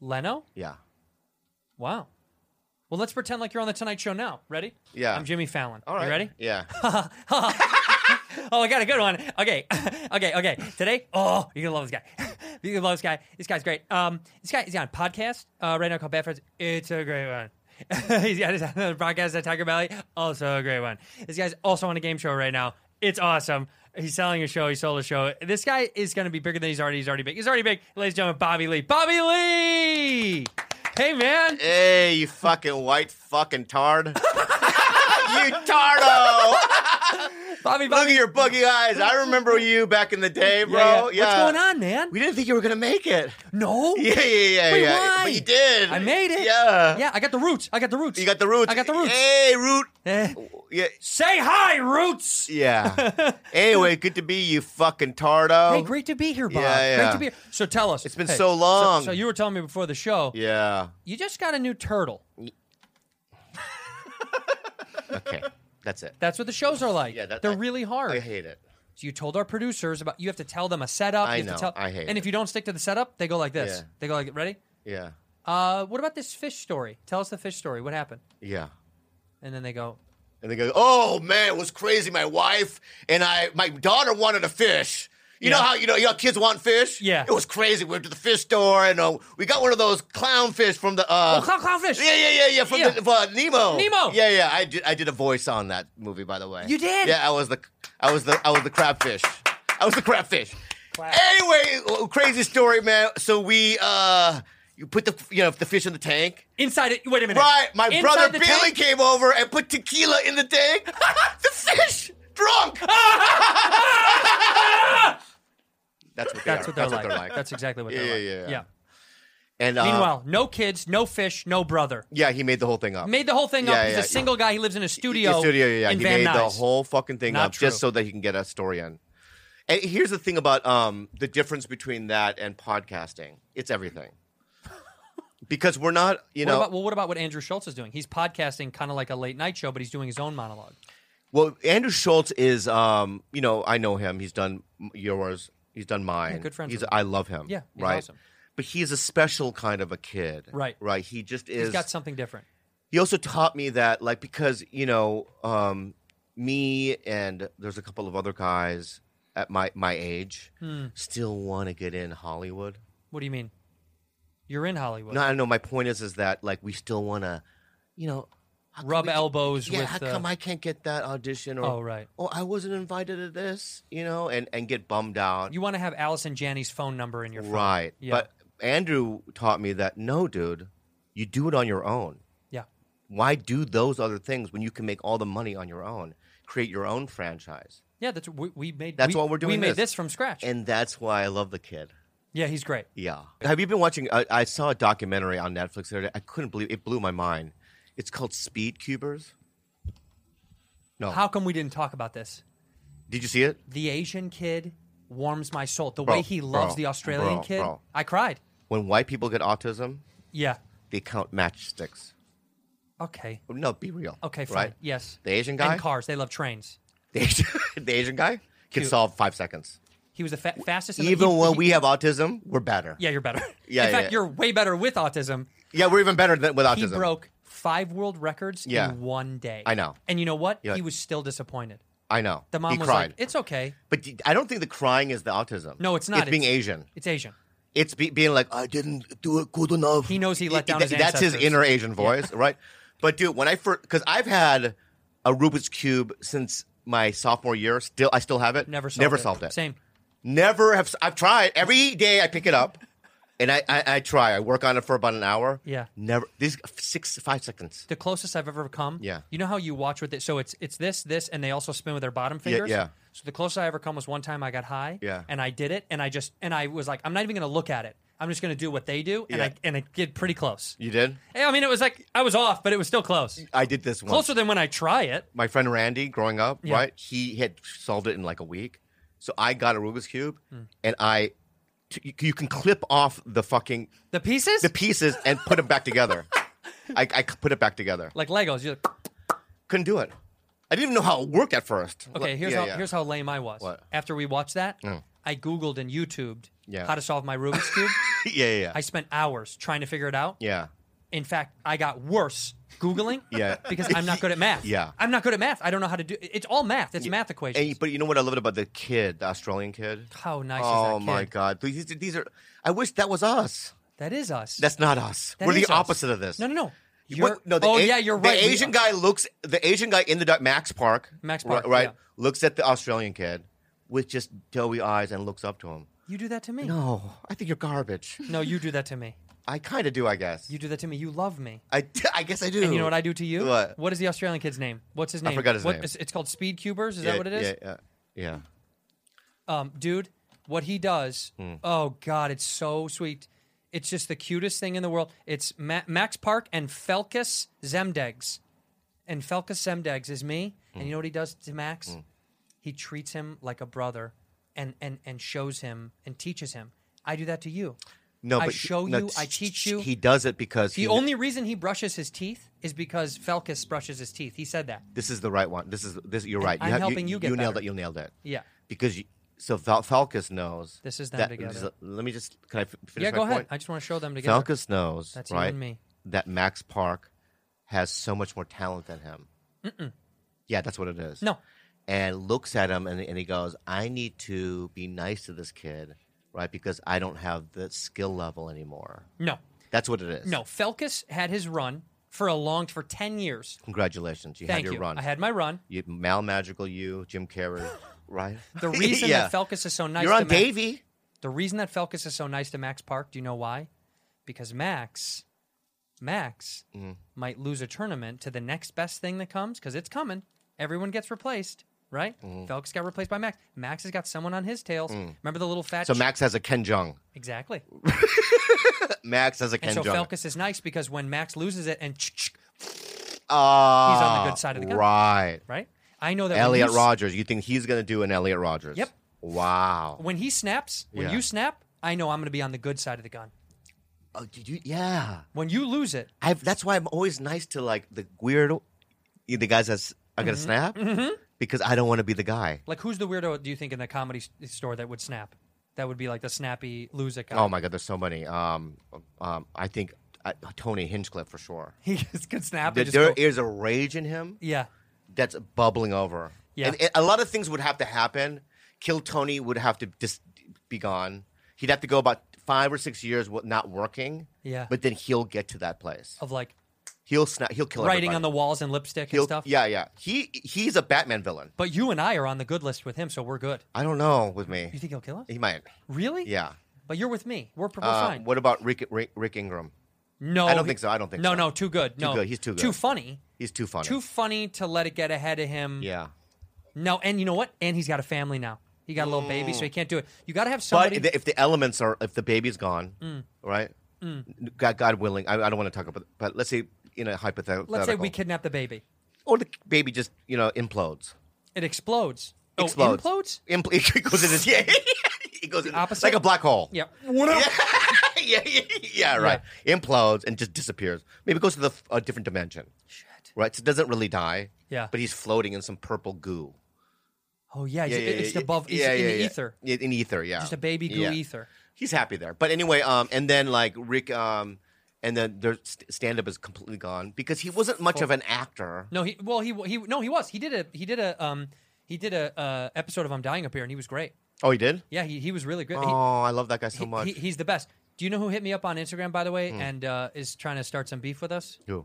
A: Leno?
B: yeah.
A: Wow. Well, let's pretend like you're on the Tonight Show now. Ready?
B: Yeah.
A: I'm Jimmy Fallon.
B: All right.
A: You ready?
B: Yeah.
A: Oh, I got a good one. Okay. okay. Okay. Today, oh, you're going to love this guy. you're going to love this guy. This guy's great. Um, This guy, he's on a podcast uh, right now called Bad Friends. It's a great one. he's got his other podcast at Tiger Valley. Also a great one. This guy's also on a game show right now. It's awesome. He's selling a show. He sold a show. This guy is going to be bigger than he's already. He's already big. He's already big. Ladies and gentlemen, Bobby Lee. Bobby Lee! Hey, man.
B: hey, you fucking white fucking tard. you tardo.
A: Bobby, Bobby.
B: Look at your buggy eyes. I remember you back in the day, bro.
A: Yeah,
B: Yeah.
A: yeah. What's going on, man?
B: We didn't think you were gonna make it.
A: no.
B: Yeah, yeah, yeah,
A: Wait,
B: yeah.
A: why?
B: But you did.
A: I made it.
B: Yeah.
A: Yeah, I got the roots. I got the roots.
B: You got the roots.
A: I got the roots.
B: Hey, root.
A: Eh.
B: Yeah.
A: Say hi, roots.
B: Yeah. anyway, good to be you, fucking tardo.
A: Hey, great to be here, Bob.
B: Yeah,
A: Great
B: yeah.
A: to be here. So tell us.
B: It's been
A: hey,
B: so long.
A: So, you were telling me before the show,
B: Yeah.
A: you just got a new turtle.
B: Okay. That's it.
A: That's what the shows are like.
B: Yeah, that-
A: They're
B: I-
A: really hard.
B: I hate it.
A: So you told our producers about you have to tell them a setup.
B: I
A: you have
B: know,
A: To tell,
B: I hate
A: And
B: it.
A: if you don't stick to the setup, they go like this.
B: Yeah.
A: They go like, ready?
B: Yeah.
A: Uh, what about this fish story? Tell us the fish story. What happened?
B: Yeah.
A: And then they go,
B: And they go, "Oh man, it was crazy. My wife and I, my daughter wanted a fish. You know
A: Yeah.
B: how you know your kids want fish?
A: Yeah.
B: It was crazy. We went to the fish store and uh, we got one of those clownfish from the uh,
A: oh, clown, clownfish.
B: yeah, yeah, yeah, yeah, from
A: Yeah.
B: The, uh, Nemo.
A: Nemo.
B: Yeah, yeah. I did. I did a voice on that movie, by the way.
A: You did?
B: Yeah, I was the, I was the, I was the crabfish. I was the crabfish. Anyway, oh, crazy story, man. So we, uh, you put the, you know, the fish in the tank.
A: Inside it. Wait a minute.
B: Right, my
A: Inside
B: brother
A: the
B: Billy
A: tank?
B: came over and put tequila in the tank. the fish drunk. that's what they
A: That's
B: are.
A: what they're
B: that's
A: like.
B: What they're like.
A: That's exactly what they're
B: Yeah, yeah,
A: like.
B: yeah. and uh,
A: Meanwhile, no kids, no fish, no brother.
B: yeah, he made the whole thing up.
A: Made the whole thing
B: Yeah,
A: up. He's
B: yeah,
A: a single guy. He lives in a studio.
B: Yeah, studio, yeah, yeah.
A: In
B: he
A: Van
B: made the
A: Nuys.
B: whole fucking thing
A: Not
B: up just
A: true.
B: so that he can get a story in. And here's the thing about um, the difference between that and podcasting. It's everything. Because we're not, you
A: What
B: know,
A: about, well, what about what Andrew Schultz is doing? He's podcasting kind of like a late night show, but he's doing his own monologue.
B: Well, Andrew Schultz is, um, you know, I know him. He's done yours. He's done mine.
A: good friends
B: He's,
A: with him.
B: I love him.
A: Yeah, he's
B: right.
A: awesome.
B: But he's a special kind of a kid.
A: Right.
B: Right. He just is.
A: He's got something different.
B: he also taught me that like because you know um me and there's a couple of other guys at my my age
A: Hmm.
B: still want to get in hollywood
A: What do you mean? You're in Hollywood.
B: no i know my point is is that like we still want to you know how come
A: Rub
B: we-
A: elbows
B: yeah
A: with
B: how
A: the-
B: come i can't get that audition or
A: Oh, right.
B: oh i wasn't invited to this you know and and get bummed out
A: You want to have Allison Janney's phone number in your phone.
B: right
A: Yeah.
B: but andrew taught me that no dude you do it on your own
A: yeah.
B: why do those other things when you can make all the money on your own create your own franchise
A: Yeah, that's we, we made.
B: That's
A: we,
B: why we're
A: We
B: doing
A: made
B: this.
A: this from scratch.
B: and that's why i love the kid
A: yeah, he's great.
B: yeah have you been watching i, I saw a documentary on netflix the other day. i couldn't believe it blew my mind it's called speed cubers no
A: How come we didn't talk about this?
B: did you see it
A: The Asian kid warms my soul. The
B: Bro,
A: way he loves
B: bro,
A: the Australian
B: bro,
A: kid,
B: bro.
A: I cried.
B: when white people get autism
A: Yeah.
B: they count matchsticks
A: Okay.
B: no be real
A: Okay. Fine.
B: right
A: Yes.
B: The Asian guy?
A: and cars. They love trains.
B: the asian, the asian guy can
A: Cute.
B: solve five seconds
A: He was the fa- fastest. in the-
B: even
A: he-
B: when
A: he-
B: we have autism we're better
A: Yeah, you're better.
B: Yeah,
A: In fact,
B: yeah.
A: you're way better with autism.
B: yeah we're even better than with autism
A: He broke five world records
B: Yeah.
A: in one day.
B: I know.
A: And you know what?
B: Yeah.
A: He was still disappointed.
B: i know
A: The mom
B: he
A: was
B: cried
A: like, "It's okay.
B: But d- I don't think the crying is the autism.
A: No, it's not.
B: It's being Asian.
A: It's Asian."
B: It's be- being like, I didn't do it good enough.
A: He knows he let
B: It-
A: down
B: th-
A: his
B: That's his
A: ancestors.
B: inner Asian voice, right? But dude, when I first, because I've had a Rubik's cube since my sophomore year. Still, I still have it.
A: Never solved
B: never
A: it.
B: solved it.
A: Same.
B: Never have. s- I've tried every day. I pick it up, and I, I I try. I work on it for about an hour.
A: Yeah.
B: Never. This six five seconds.
A: The closest I've ever come.
B: Yeah.
A: You know how you watch with it? So it's it's this, this, and they also spin with their bottom fingers.
B: yeah.
A: So the closest I ever come was one time I got high.
B: Yeah.
A: And I did it, and I just and I was like, I'm not even gonna look at it. I'm just gonna do what they do, and
B: Yeah.
A: I and I get pretty close.
B: You did.
A: Yeah, I mean, it was like I was off, but it was still close.
B: I did this once.
A: Closer than when I try it.
B: my friend Randy growing up,
A: Yeah.
B: right? He had solved it in like a week. So I got a Rubik's cube,
A: Hmm.
B: and I t- you- you can clip off the fucking
A: The pieces,
B: the pieces and put them back together. I, I c- put it back together.
A: like Legos. You're like,
B: Couldn't do it. I didn't even know how it worked at first.
A: okay,
B: Look-
A: here's
B: yeah,
A: how
B: yeah.
A: here's how lame I was.
B: What? Mm.
A: After we watched that, I Googled and YouTubed
B: Yeah.
A: how to solve my Rubik's cube.
B: yeah, yeah, yeah.
A: I spent hours trying to figure it out.
B: yeah.
A: In fact, I got worse googling.
B: Yeah.
A: because I'm not good at math.
B: Yeah.
A: I'm not good at math. I don't know how to do. It's all math. It's math equations.
B: And, but you know what I loved about the kid, the Australian kid?
A: How nice is that
B: Oh
A: kid?
B: my god! These, these are. I wish that was us.
A: That is us.
B: That's not us.
A: That
B: We're the
A: is us.
B: opposite of this.
A: No, no, no.
B: What-
A: You're,
B: no, the
A: oh
B: A-
A: yeah, you're
B: the
A: right. We-
B: Asian guy looks. The Asian guy in the doc- Max Park.
A: Max
B: ri-
A: Park,
B: right?
A: yeah.
B: Looks at the Australian kid with just doughy eyes and looks up to him.
A: You do that to me.
B: No, I think you're garbage.
A: No, you do that to me.
B: I kind of do, I guess.
A: You do that to me. You love me.
B: I, I guess I do.
A: And you know what I do to you?
B: What?
A: What is the Australian kid's name? What's his name?
B: forgot his
A: What-
B: name.
A: It's, it's called Speed Cubers. Is
B: Yeah,
A: that what it is?
B: Yeah, yeah, yeah.
A: Um, dude, what he does.
B: Hmm.
A: Oh God, it's so sweet. It's just the cutest thing in the world. It's Ma- Max Park and Felkus Zemdegs, and Felkus Zemdegs is me.
B: Hmm.
A: And you know what he does to Max? He treats him like a brother, and and and shows him and teaches him. I do that to you.
B: No,
A: I
B: but
A: show
B: no,
A: you, I
B: sh- sh-
A: teach you.
B: He does it because
A: The
B: he,
A: only reason he brushes his teeth is because Felkus brushes his teeth. He said that.
B: This is the right one. This is this. You're right.
A: I'm helping you get
B: You nailed
A: better.
B: it. You nailed it.
A: Yeah.
B: Because you, so Fal- Falcus knows.
A: This is them
B: that,
A: together.
B: Let me just. Can I f- finish
A: Yeah,
B: my
A: go ahead.
B: point?
A: I just want to show them together.
B: Falcus knows,
A: That's you
B: right?
A: and me.
B: That Max Park has so much more talent than him. Yeah, that's what it is.
A: No.
B: And looks at him and, and he goes, I need to be nice to this kid, right? Because I don't have the skill level anymore.
A: No,
B: That's what it is.
A: no. Felkus had his run for a long, for 10 years.
B: Congratulations. You
A: Thank
B: had your
A: you.
B: run.
A: I had my run.
B: you, Mal Magical You, Jim Carrey, right?
A: The reason
B: yeah.
A: that Felkus is so nice
B: You're
A: to
B: on
A: Max,
B: Davy.
A: The reason that Felkus is so nice to Max Park, do you know why? Because Max, Max
B: Mm-hmm.
A: might lose a tournament to the next best thing that comes because it's coming. Everyone gets replaced, right?
B: Mm-hmm.
A: Felkus got replaced by Max. Max has got someone on his tails. Remember the little fat?
B: Mm. So
A: ch-
B: Max has a Ken Jung.
A: exactly.
B: Max has a Ken
A: And so
B: Jung.
A: Felkus is nice because when Max loses it and
B: Ah,
A: he's on the good side of the gun.
B: Right.
A: right, I know that when
B: Elliot
A: you s-
B: Rogers. You think he's going to do an Elliot Rogers?
A: Yep.
B: Wow.
A: when he snaps, when
B: Yeah.
A: you snap, I know I'm going to be on the good side of the gun.
B: Oh, did you? Yeah.
A: When you lose it, Mm-hmm.
B: I've, that's why I'm always nice to like the weird, the guys that s- are gonna snap. because I don't want to be the guy.
A: Like, who's the weirdo do you think in the comedy s- store that would snap? That would be like the snappy loser guy.
B: Oh my God, there's so many. Um, um, I think uh, Tony Hinchcliffe for sure.
A: He just could snap.
B: There
A: And
B: is
A: just go,
B: a rage in him
A: yeah.
B: that's bubbling over.
A: Yeah.
B: And, and a lot of things would have to happen. Kill Tony would have to just be gone. He'd have to go about five or six years with not working.
A: Yeah.
B: But then he'll get to that place.
A: Of like
B: He'll snap. He'll kill.
A: writing
B: everybody.
A: on the walls and lipstick
B: He'll-
A: and stuff.
B: Yeah, yeah. He he's a Batman villain.
A: But you and I are on the good list with him, so we're good.
B: I don't know with me.
A: You think he'll kill us?
B: he might?
A: Really?
B: Yeah.
A: But you're with me. We're, we're
B: Uh,
A: fine.
B: what about Rick, Rick Rick Ingram?
A: No,
B: I don't
A: he-
B: think so. I don't think
A: no,
B: so.
A: no, too good. No,
B: good. He's too
A: Too
B: good.
A: funny.
B: He's too funny.
A: Too funny to let it get ahead of him.
B: yeah.
A: No, and you know what? And he's got a family now. He got a little baby, so he can't do it. You got to have somebody.
B: Mm. But if the- if the elements are, if the baby's gone,
A: Mm.
B: right? God, God willing, I, I don't want to talk about. But let's say in a hypothetical,
A: let's say we kidnap the baby.
B: or the baby just you know implodes,
A: It explodes.
B: explodes,
A: Oh, implodes?
B: Impl- it goes in this, yeah, it goes in,
A: opposite?
B: like a black hole.
A: Yep.
B: yeah, yeah, yeah, right. Implodes and just disappears. Maybe goes to the a different dimension. Shit. Right. So it doesn't really die.
A: Yeah.
B: But he's floating in some purple goo.
A: Oh, yeah.
B: Yeah,
A: it's,
B: yeah, yeah,
A: it's
B: yeah,
A: above. It's
B: yeah,
A: in
B: yeah,
A: the
B: yeah.
A: ether.
B: Yeah, In ether, yeah.
A: Just a baby goo
B: Yeah.
A: ether.
B: He's happy there. But anyway, um, and then like Rick, um, and then their st- stand up is completely gone because he wasn't much of an actor.
A: No, he. Well, he. He. No, he was. He did a. He did a. Um. He did a uh, episode of I'm Dying Up Here, and he was great.
B: Oh, he did.
A: Yeah, he, he was really good. He-
B: Oh, I love that guy so
A: he,
B: much. Hmm.
A: he- he's the best. Do you know who hit me up on Instagram, by the way, and uh, is trying to start some beef with us?
B: Who?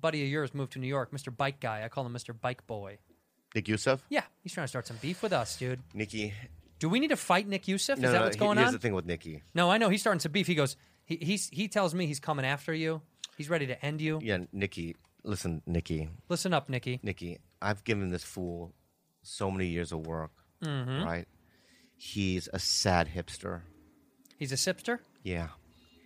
A: Buddy of yours moved to New York, Mr. Bike Guy. I call him Mr. Bike Boy.
B: Nick Youssef.
A: Yeah, he's trying to start some beef with us, dude.
B: Nikki.
A: Do we need to fight Nick Youssef? Is
B: No,
A: that
B: no,
A: what's
B: he-
A: going
B: here's
A: on?
B: the thing with Nikki.
A: No, I know he's starting some beef. He goes, he he's, he tells me he's coming after you. He's ready to end you.
B: Yeah, Nikki. Listen, Nikki.
A: Listen up, Nikki.
B: Nikki, I've given this fool so many years of work,
A: Mm-hmm.
B: right? He's a sad hipster.
A: He's a sipster.
B: Yeah.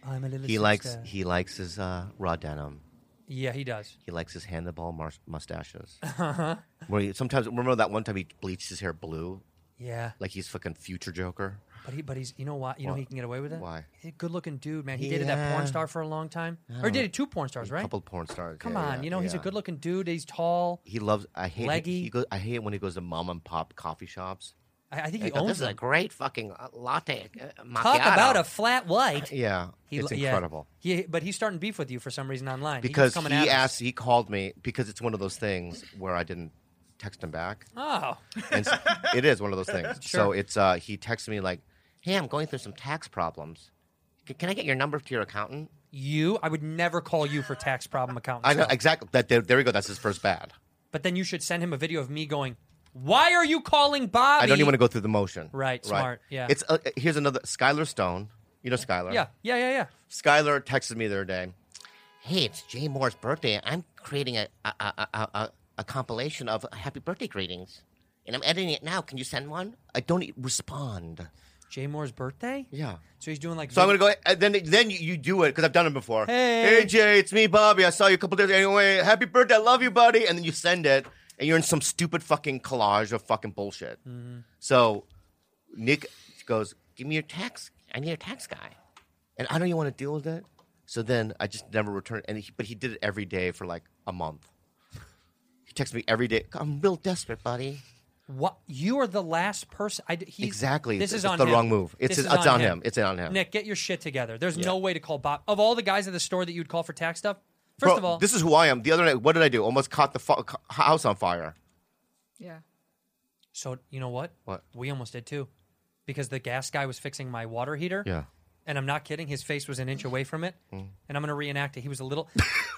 A: I'm a little.
B: He
A: sipster.
B: likes he likes his uh, raw denim.
A: Yeah, he does.
B: He likes his hand the ball mar- mustaches.
A: Uh-huh.
B: Where he, sometimes remember that one time he bleached his hair blue,
A: Yeah,
B: like he's fucking future Joker.
A: but he but he's you know why you know
B: Why?
A: he can get away with it.
B: Why?
A: He's a good-looking dude, man. He dated that porn
B: Yeah.
A: star for a long time, or he dated two porn stars,
B: A
A: right?
B: couple porn stars.
A: Come
B: yeah,
A: on,
B: yeah,
A: you know he's a
B: yeah.
A: good-looking dude. He's tall.
B: He loves. I hate.
A: Leggy.
B: He goes, I hate it when he goes to mom and pop coffee shops.
A: I, I think he
B: He goes,
A: owns them.
B: great fucking uh, latte. uh,
A: Talk
B: macchiato."
A: about a flat white.
B: Yeah,
A: He,
B: it's
A: lo- yeah.
B: incredible.
A: He, but he's starting beef with you for some reason online He keeps
B: because
A: coming
B: he
A: at us.
B: asked, he called me because it's one of those things where I didn't text him back.
A: Oh,
B: And s- it is one of those things. So
A: Sure.
B: it's uh, he texted me like, "Hey, I'm going through some tax problems. C- can I get your number to your accountant?"
A: you! I would never call you for tax problem accountant.
B: I know
A: stuff.
B: exactly that. There, there we go. That's his first bad.
A: But then you should send him a video of me going, "Why are you calling Bobby?"
B: I don't even want to go through the motion.
A: Right, smart, yeah.
B: It's uh, here's another Skylar Stone. You know Skylar.
A: Yeah, yeah, yeah, yeah.
B: Skylar texted me the other day. Hey, it's Jay Moore's birthday. I'm creating a a, a, a, a a compilation of happy birthday greetings, and I'm editing it now. Can you send one? I don't e- respond.
A: Jay Moore's birthday.
B: Yeah.
A: So he's doing like.
B: So I'm gonna go. And then then you, you do it because I've done it before.
A: Hey.
B: Jay, it's me, Bobby. I saw you a couple days. Anyway, happy birthday. I love you, buddy. And then you send it, and you're in some stupid fucking collage of fucking bullshit.
A: Mm-hmm.
B: So Nick goes, "Give me your tax. I need your tax guy," and I don't even want to deal with it. So then I just never returned. And he, but he did it every day for like a month. He texts me every day. I'm real desperate, buddy.
A: What? You are the last person. I, d- he,
B: Exactly.
A: This
B: It's-
A: is
B: it's
A: on
B: the
A: him.
B: wrong move. It's-
A: This
B: it's-
A: is
B: it's on him. It's on him.
A: Nick, get your shit together. There's no way to call Bob. Of all the guys at the store that you'd call for tax stuff, first
B: Bro,
A: of all,
B: this is who I am. The other night, what did I do? Almost caught the fu- ca- house on fire.
G: Yeah.
A: so you know what?
B: What?
A: we almost did too, because the gas guy was fixing my water heater.
B: Yeah.
A: and I'm not kidding. His face was an inch away from it,
B: Mm.
A: and I'm gonna reenact it. He was a little,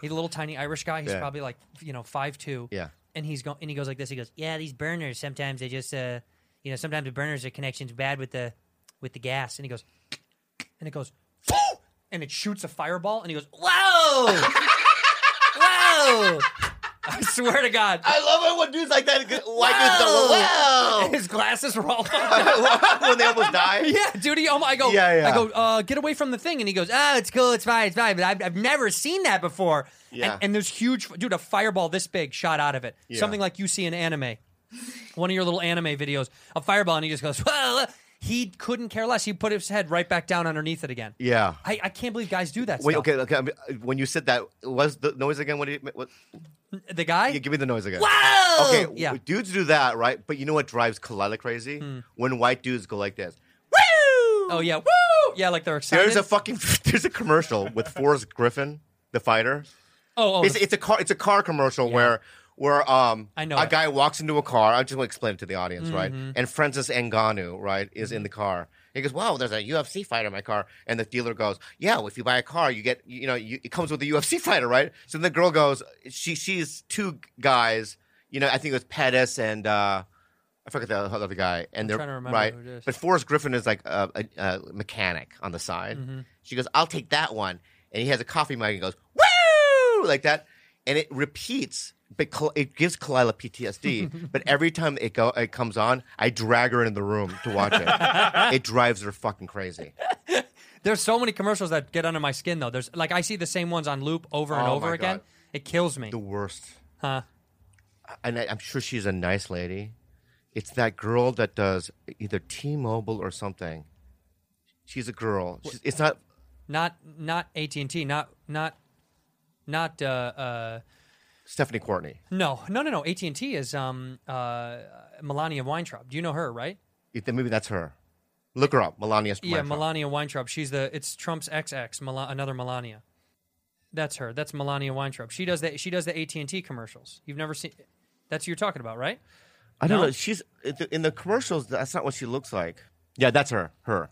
A: he's a little tiny Irish guy. He's
B: Yeah.
A: probably like you know five two.
B: Yeah.
A: and he's going and he goes like this. He goes, yeah, these burners sometimes they just uh you know sometimes the burners are connections bad with the with the gas, and he goes, and it goes, "Phew!" and it shoots a fireball, and he goes, whoa, whoa. I swear to God,
B: I love it when dudes like that, white
A: his glasses were all.
B: dudes go, wow, when they almost die.
A: Yeah, dude. He, oh my, I go.
B: Yeah, yeah.
A: I go. Uh, get away from the thing. And he goes. Oh, it's cool. It's fine. It's fine. But I've, I've never seen that before.
B: Yeah.
A: And, and there's huge, dude. A fireball this big shot out of it. Something like you see in anime, one of your little anime videos. A fireball, and he just goes. Whoa. He couldn't care less. He put his head right back down underneath it again.
B: Yeah.
A: I, I can't believe guys do that.
B: Wait,
A: stuff.
B: okay, okay. I mean, When you said that, was the noise again? What? Did you, what
A: The guy?
B: Yeah, give me the noise again.
A: Whoa!
B: Okay,
A: Yeah. Hmm.
B: w- dudes do that, right? But you know what drives Kalila crazy? When white dudes go like this.
A: Oh yeah. Woo! Yeah, like they're excited.
B: There's a fucking there's a commercial with Forrest Griffin, the fighter.
A: oh, oh
B: It's, it's a car it's a car commercial where where um
A: I know it.
B: a
A: Mm-hmm.
B: guy walks into a car. I just want to explain it to the audience, right? And Francis Ngannou, right, is in the car. He goes, "Wow, there's a UFC fighter in my car." And the dealer goes, "Yeah, well, if you buy a car, you get you know you, it comes with a UFC fighter, right?" So then the girl goes, "She she's two guys, you know, I think it was Pettis and." uh I forget the other guy, and they're
A: trying to remember
B: right.
A: who it is.
B: But Forrest Griffin is like a, a, a mechanic on the side.
A: Mm-hmm.
B: She goes, "I'll take that one," and he has a coffee mug and goes, "Woo!" like that, and it repeats. But Kal- it gives Kalila PTSD. but every time it go, it comes on, I drag her in the room to watch it. it drives her fucking crazy.
A: There's so many commercials that get under my skin though. There's like I see the same ones on loop over and
B: Oh,
A: over
B: my
A: again.
B: God.
A: It kills me.
B: The worst.
A: Huh.
B: And I, I'm sure she's a nice lady. It's that girl that does either T-Mobile or something. She's a girl. She's, it's not
A: Not not AT and T. Not not not uh uh
B: Stephanie Courtney.
A: no no no no. AT and T is um uh Melania Weintraub. Do you know her right?
B: It- then maybe that's her. Look her up, Melania.
A: Yeah,
B: Weintraub.
A: Melania Weintraub. She's the it's Trump's XX, Mel- another Melania. That's her. That's Melania Weintraub. She does the she does the AT and T commercials. You've never seen. That's who you're talking about, right?
B: I don't
A: No?
B: know. She's in the commercials. That's not what she looks like. Yeah, that's her. Her.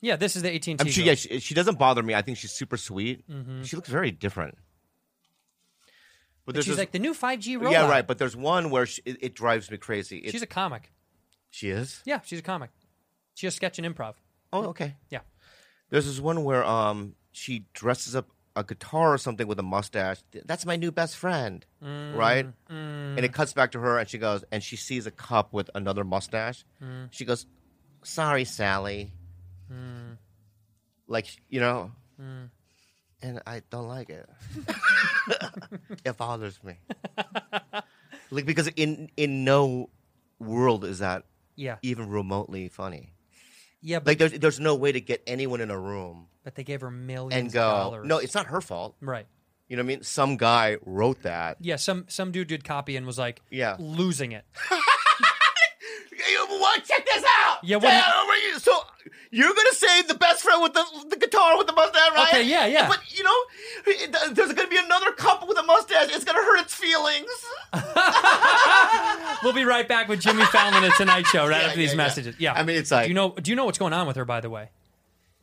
A: Yeah, this is the AT and
B: I'm
A: T.
B: she, yeah, she, she doesn't bother me. I think she's super sweet.
A: Mm-hmm.
B: She looks very different. But,
A: she's
B: there's this-
A: like the new 5G robot.
B: yeah, right. But there's one where she, it, it drives me crazy. It-
A: she's a comic.
B: she is.
A: Yeah, she's a comic. She does sketch and improv.
B: Oh, okay.
A: Yeah.
B: There's this one where um she dresses up a guitar or something with a mustache. That's my new best friend, right? And it cuts back to her, and she goes, and she sees a cup with another mustache. She goes, "Sorry, Sally." Like you know, and I don't like it. it bothers me. like because in in no world is that
A: Yeah,
B: even remotely funny.
A: yeah, but,
B: Like there's there's no way to get anyone in a room
A: but they gave her millions
B: and
A: of
B: go,
A: dollars.
B: no, it's not her fault.
A: right.
B: You know what I mean? Some guy wrote that.
A: Yeah, some some dude did copy and was like,
B: Yeah.
A: losing it.
B: What? Check this out.
A: Yeah, what
B: Damn,
A: hap-
B: were you- So you're gonna say the best friend with the, the guitar with the mustache, right?
A: Okay, yeah, yeah.
B: But you know, it- there's gonna be another couple with a mustache. It's gonna hurt its feelings.
A: We'll be right back with Jimmy Fallon at Tonight Show right
B: Yeah,
A: after these
B: yeah, yeah.
A: messages. Yeah.
B: I mean, it's like-
A: do you know do you know what's going on with her by the way?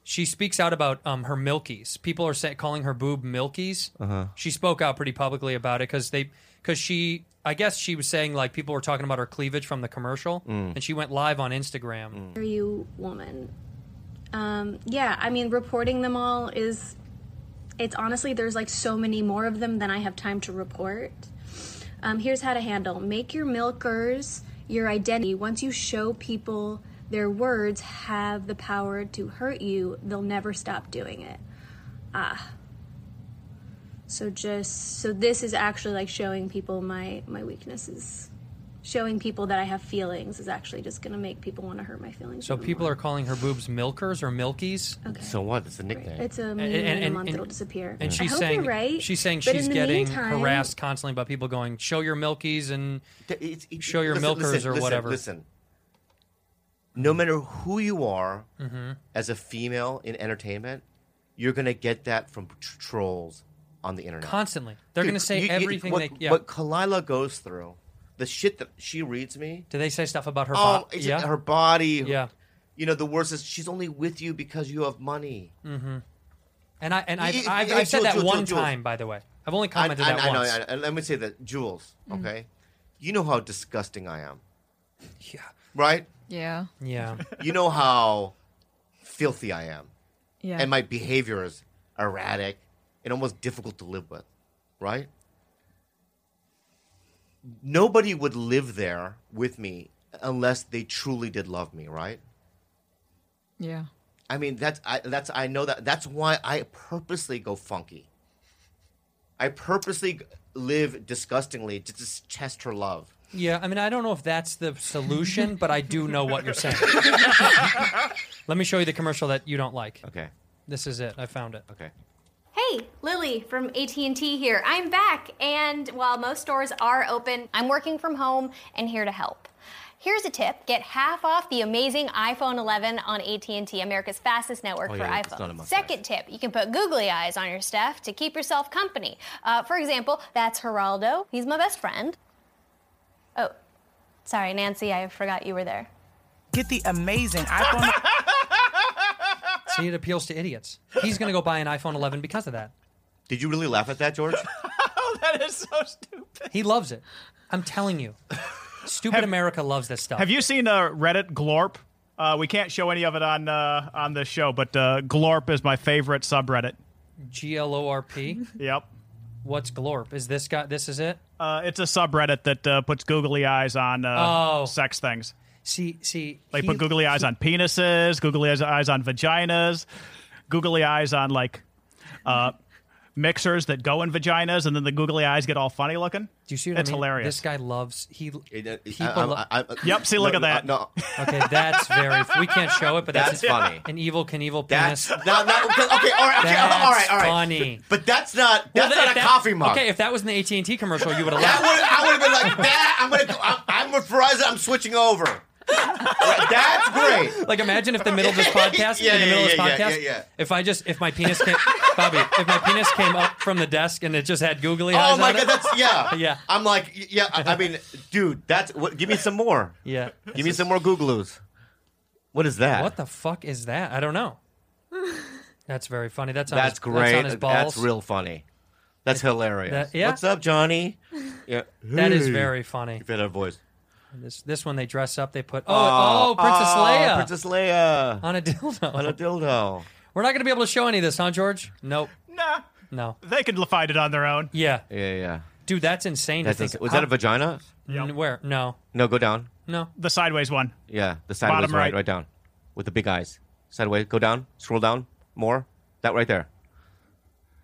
A: She speaks out about um, her milkies. People are say, calling her boob milkies. Uh-huh. She spoke out pretty publicly about it because they because she I guess she was saying like people were talking about her cleavage from the commercial and she went live on Instagram.
E: you woman. Um, yeah, I mean, reporting them all is. It's honestly, there's like so many more of them than I have time to report. Um, here's how to handle make your milkers your identity. Once you show people their words have the power to hurt you, they'll never stop doing it. Ah. So just so this is actually like showing people my my weaknesses. Showing people that I have feelings is actually just gonna make people want to hurt my feelings.
A: So people are calling her boobs milkers or milkies.
B: So what? It's a nickname.
E: It's a meme
A: and-
E: in a
A: and-
E: month
A: and-
E: it'll disappear.
A: And
E: I
A: she's
E: hope
A: saying
E: you're right.
A: she's saying
E: but in
A: she's
E: the
A: getting
E: meantime,
A: harassed constantly by people going, "Show your milkies," and
B: It's- it-
A: Show your milkers or whatever.
B: Listen, no matter who you are
A: Mm-hmm.
B: as a female in entertainment, you're gonna get that from tr- trolls on the internet.
A: constantly they're
B: Dude,
A: going to say
B: you- you-
A: everything
B: What,
A: they. Yeah.
B: what Kalila goes through, the shit that she reads me.
A: Do they say stuff about her?
B: Oh,
A: bo-
B: it's
A: yeah,
B: her body.
A: yeah.
B: You know, the worst is she's only with you because you have money.
A: Mm. And I and I've,
B: It- it-
A: I've,
B: it-
A: I've said
B: Jules,
A: that
B: Jules,
A: one
B: Jules, Jules.
A: time, by the way. I've only
B: I,
A: commented
B: I-
A: that
B: I know.
A: once. Mm.
B: I- I- let me say that, Jules. Okay, you know how disgusting I am,
A: Yeah,
B: right?
G: Yeah.
A: yeah.
B: you know how filthy I am.
G: Yeah.
B: and my behavior is erratic and almost difficult to live with, right? Nobody would live there with me unless they truly did love me, right?
G: yeah.
B: I mean, that's I that's I know that that's why I purposely go funky. I purposely g- live disgustingly to just test her love.
A: Yeah, I mean, I don't know if that's the solution, but I do know what you're saying. Let me show you the commercial that you don't like.
B: Okay. Ah.
A: This is it. I found it.
B: Okay.
K: Hey, Lily from AT&T here. I'm back and while most stores are open, I'm working from home and here to help. Here's a tip. Get half off the amazing iPhone 11 on AT&T, America's fastest network
B: Oh,
K: for
B: yeah, it's not in my
K: iPhone. Second tip, you can put googly eyes on your stuff to keep yourself company. Uh, for example, that's Geraldo. He's my best friend. Oh, sorry, Nancy, I forgot you were there.
L: Get the amazing iPhone.
A: See, it appeals to idiots. He's going to go buy an iPhone 11 because of that.
B: Did you really laugh at that, George?
A: oh, that is so stupid. He loves it. I'm telling you. Stupid America loves this stuff.
J: Have you seen uh, Reddit Glorp? Uh, we can't show any of it on uh, on this show, but uh, Glorp is my favorite subreddit.
A: G L O R P?
J: Yep.
A: What's Glorp? Is this guy? This is it?
J: Uh, it's a subreddit that uh, puts googly eyes on uh,
A: Oh.
J: sex things.
A: See, see,
J: They
A: he-
J: put googly eyes on penises, googly eyes- eyes on vaginas, googly eyes on like uh, mixers that go in vaginas, and then the googly eyes get all funny looking.
A: Do you see what I
J: it's
A: mean?
J: hilarious.
A: This guy loves he. People
J: I-
A: lo-
J: I- I- Yep, see, look no, at that.
B: no,
A: Okay, that's very. We can't show it, but that's,
B: That's funny.
A: An evil can evil penis.
B: That's not, not okay, okay, all right, okay, all right, all right.
A: Funny.
B: But that's not
A: Well,
B: that's
A: that-
B: not a
A: that-
B: coffee mug.
A: Okay, if that was in the AT and T commercial, you would have
B: That
A: laughed.
B: would I would have been like that. I'm gonna go, I'm, I'm with Verizon. I'm switching over. That's great.
A: Like imagine if the middle of this podcast,
B: Yeah,
A: in the
B: yeah,
A: middle of this
B: yeah,
A: podcast,
B: yeah, yeah, yeah.
A: if I just if my penis came, Bobby, if my penis came up from the desk and it just had googly eyes.
B: Oh my
A: on
B: god,
A: it,
B: that's yeah.
A: yeah,
B: I'm like y- yeah. I, I mean, dude, that's what, give me some more.
A: yeah.
B: Give me some more Googleoos. What is that?
A: What the fuck is that? I don't know. That's very funny. That's on
B: That's
A: his,
B: great.
A: That's on his balls.
B: That's real funny. That's hilarious.
A: that- yeah.
B: What's up, Johnny? Yeah.
A: That is
B: Hey.
A: very funny.
B: You had our voice.
A: This this one they dress up. They put oh
B: Oh,
A: oh, Princess
B: oh,
A: Leia,
B: Princess Leia
A: on a dildo.
B: on a dildo.
A: We're not going to be able to show any of this, huh, George? Nope.
J: Nah,
A: No.
J: they could find it on their own.
A: Yeah,
B: Yeah, yeah.
A: dude, that's insane.
B: That's
A: to
B: ins-
A: think.
B: was that a vagina?
A: N- Where? No,
B: No, go down.
A: no.
J: The sideways one.
B: Yeah, the sideways
J: Bottom
B: right.
J: right.
B: right, down, with the big eyes. Sideways, go down, scroll down more. That right there.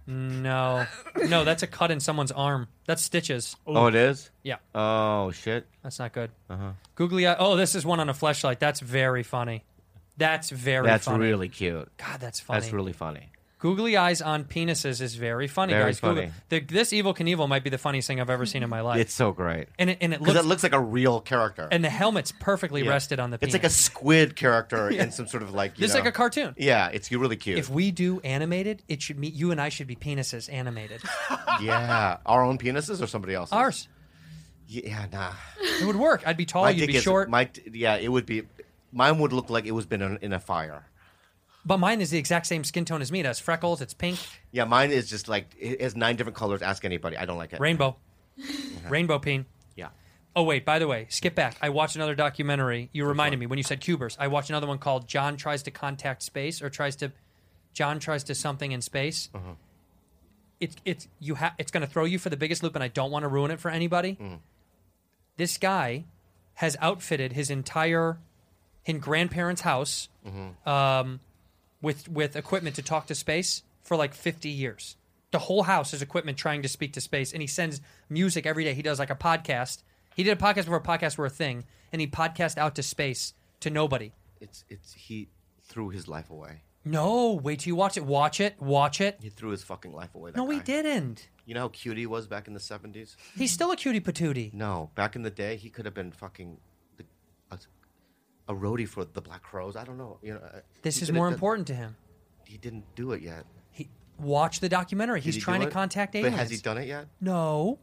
A: No, no, that's a cut in someone's arm. That's stitches.
B: Oh, it is.
A: Yeah.
B: Oh shit.
A: That's not good.
B: Uh-huh.
A: Googly eye. Oh, this is one on a flashlight. That's very funny. That's very
B: That's
A: funny.
B: really cute.
A: God, that's funny.
B: That's really funny.
A: Googly eyes on penises is very funny,
B: Very
A: guys. Google-
B: funny.
A: the, this evil Knievel might be the funniest thing I've ever seen in my life.
B: It's so great.
A: and it, and it
B: Because
A: looks
B: it looks like a real character.
A: and the helmet's perfectly
B: Yeah.
A: rested on the.
B: It's
A: Penis.
B: like a squid character in some sort of like. You
A: This is
B: know-
A: like a cartoon.
B: Yeah, it's really cute.
A: If we do animated, it should meet you and I should be penises animated.
B: yeah, our own penises or somebody else's.
A: Ours.
B: Yeah, nah.
A: It would work. I'd be tall. you'd be
B: is
A: short.
B: My, t- yeah, it would be. Mine would look like it was been in, in a fire.
A: But mine is the exact same skin tone as me. It has freckles. It's pink.
B: Yeah, mine is just like it has nine different colors. Ask anybody. I don't like it.
A: Rainbow. Rainbow peen.
B: Yeah.
A: Oh wait, by the way, skip back. I watched another documentary. You reminded me when you said cubers. I watched another one called John tries to contact space or tries to John tries to something in space. It's it's you ha- it's going to throw you for the biggest loop and I don't want to ruin it for anybody. This guy has outfitted his entire his grandparents' house um, with with equipment to talk to space for like 50 years. The whole house is equipment trying to speak to space, and he sends music every day. He does like a podcast. He did a podcast before podcasts were a thing, and he podcast out to space to nobody.
B: It's it's he threw his life away.
A: No, wait till you watch it. Watch it. Watch it.
B: He threw his fucking life away. That
A: No, he
B: guy.
A: didn't.
B: You know how cute he was back in the seventies?
A: He's still a cutie patootie.
B: No, back in the day, he could have been fucking the, a, a roadie for the Black Crows. I don't know. You know, uh,
A: This
B: he
A: is
B: could have
A: more
B: done-
A: important to him.
B: He didn't do it yet.
A: He watch the documentary.
B: Did
A: He's
B: he do
A: trying to
B: it?
A: contact
B: But
A: aliens.
B: has he done it yet?
A: No,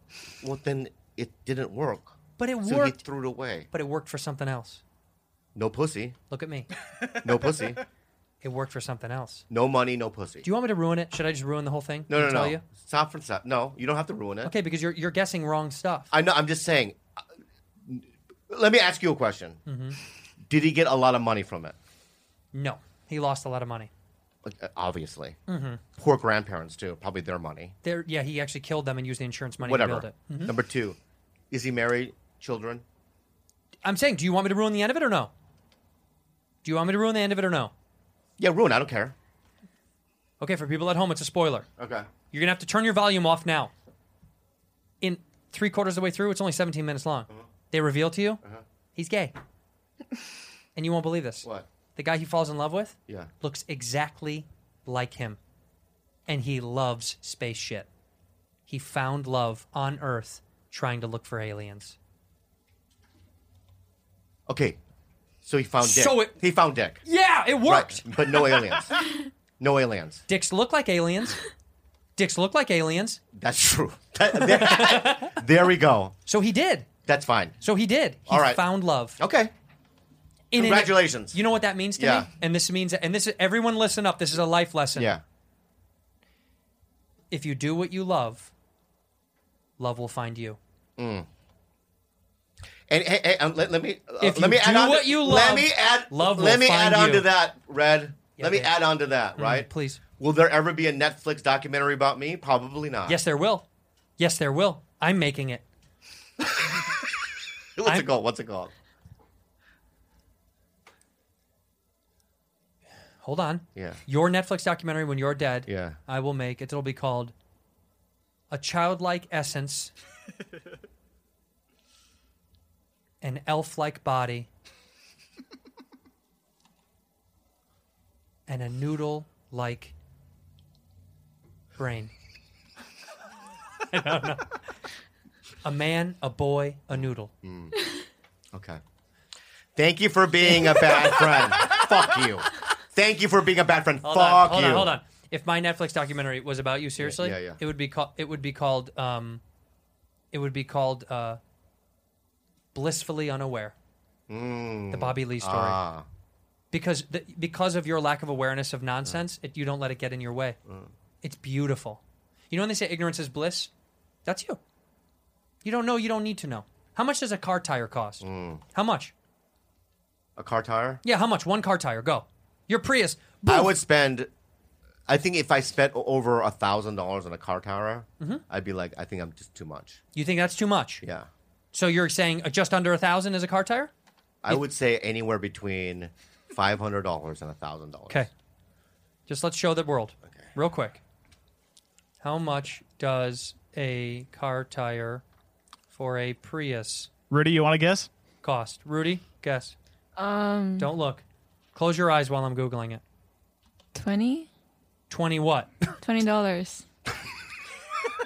B: Well, then it didn't work.
A: but it
B: so
A: worked.
B: he threw it away.
A: But it worked for something else.
B: No pussy.
A: Look at me.
B: No pussy.
A: It worked for something else.
B: No money. No pussy.
A: Do you want me to ruin it? Should I just ruin the whole thing?
B: no, no,
A: and tell
B: no.
A: You?
B: Stop for stop. No, you don't have to ruin it.
A: Okay, because you're you're guessing wrong stuff.
B: I know. I'm just saying. uh, Let me ask you a question.
A: Mm-hmm.
B: Did he get a lot of money from it?
A: No, he lost a lot of money.
B: Like, uh, Obviously.
A: Mm-hmm.
B: Poor grandparents too. Probably their money.
A: There, yeah, he actually killed them and used the insurance money to
B: Whatever.
A: build it. Mhm.
B: Number two, is he married? Children?
A: I'm saying, do you want me to ruin the end of it or no? Do you want me to ruin the end of it or no?
B: Yeah, ruin. I don't care.
A: Okay, for people at home, it's a spoiler.
B: Okay.
A: You're gonna have to turn your volume off now. In three quarters of the way through, it's only 17 minutes long.
B: Uh-huh.
A: They reveal to you he's gay, and you won't believe this.
B: What?
A: The guy he falls in love with
B: Yeah.
A: looks exactly like him. and he loves space shit. He found love on Earth trying to look for aliens.
B: Okay, so he found Dick.
A: So it-
B: he found Dick.
A: Yeah, it worked.
B: Right, but no aliens. No aliens.
A: Dicks look like aliens. Dicks look like aliens.
B: That's true. There we go.
A: So he did.
B: That's fine.
A: So he did. He
B: All right.
A: found love.
B: Okay.
A: In an-
B: Congratulations.
A: you know what that means to
B: Yeah.
A: me? And this means and this is everyone listen up. This is a life lesson.
B: Yeah.
A: If you do what you love, love will find you.
B: Mm. And, and, and let, let me uh,
A: If you
B: let me add
A: do
B: on
A: what
B: to,
A: you
B: Let
A: love,
B: me add
A: love will
B: Let me
A: find
B: add on
A: you.
B: to that, Red. let me
A: babe.
B: add on to that,
A: Mm,
B: right?
A: please.
B: Will there ever be a Netflix documentary about me? Probably not.
A: Yes, there will. Yes, there will. I'm making it.
B: What's it called? What's it called?
A: Hold on.
B: Yeah.
A: Your Netflix documentary when you're dead.
B: Yeah.
A: I will make it. It'll be called A Childlike Essence, an elf-like body, and a noodle-like brain. I don't know. A man, a boy, a noodle.
B: Okay. Thank you for being a bad friend. Fuck you. Thank you for being a bad friend.
A: Hold
B: Fuck
A: on, hold
B: you.
A: on, hold on. If my Netflix documentary was about you, seriously,
B: yeah, yeah.
A: it would be called. It would be called. Um, it would be called uh, "Blissfully Unaware,"
B: Mm.
A: the Bobby Lee story,
B: Ah.
A: because the, because of your lack of awareness of
B: Mm.
A: nonsense, it, you don't let it get in your way. It's beautiful. You know when they say ignorance is bliss, that's you. You don't know. You don't need to know. How much does a car tire cost?
B: Mm.
A: How much?
B: A car tire?
A: Yeah, how much? One car tire. Go. Your Prius.
B: I would spend. I think if I spent o- over a thousand dollars on a car tire,
A: Mhm.
B: I'd be like, I think I'm just too much.
A: You think that's too much?
B: Yeah,
A: So you're saying uh, just under a thousand is a car tire?
B: I
A: It-
B: would say anywhere between five hundred dollars and a thousand dollars.
A: Okay. Just let's show the world real quick. How much does a car tire for a Prius
J: Rudy, you want to guess?
A: cost? Rudy, guess.
G: Um,
A: Don't look. Close your eyes while I'm Googling it.
G: 20?
A: 20 what?
G: $20.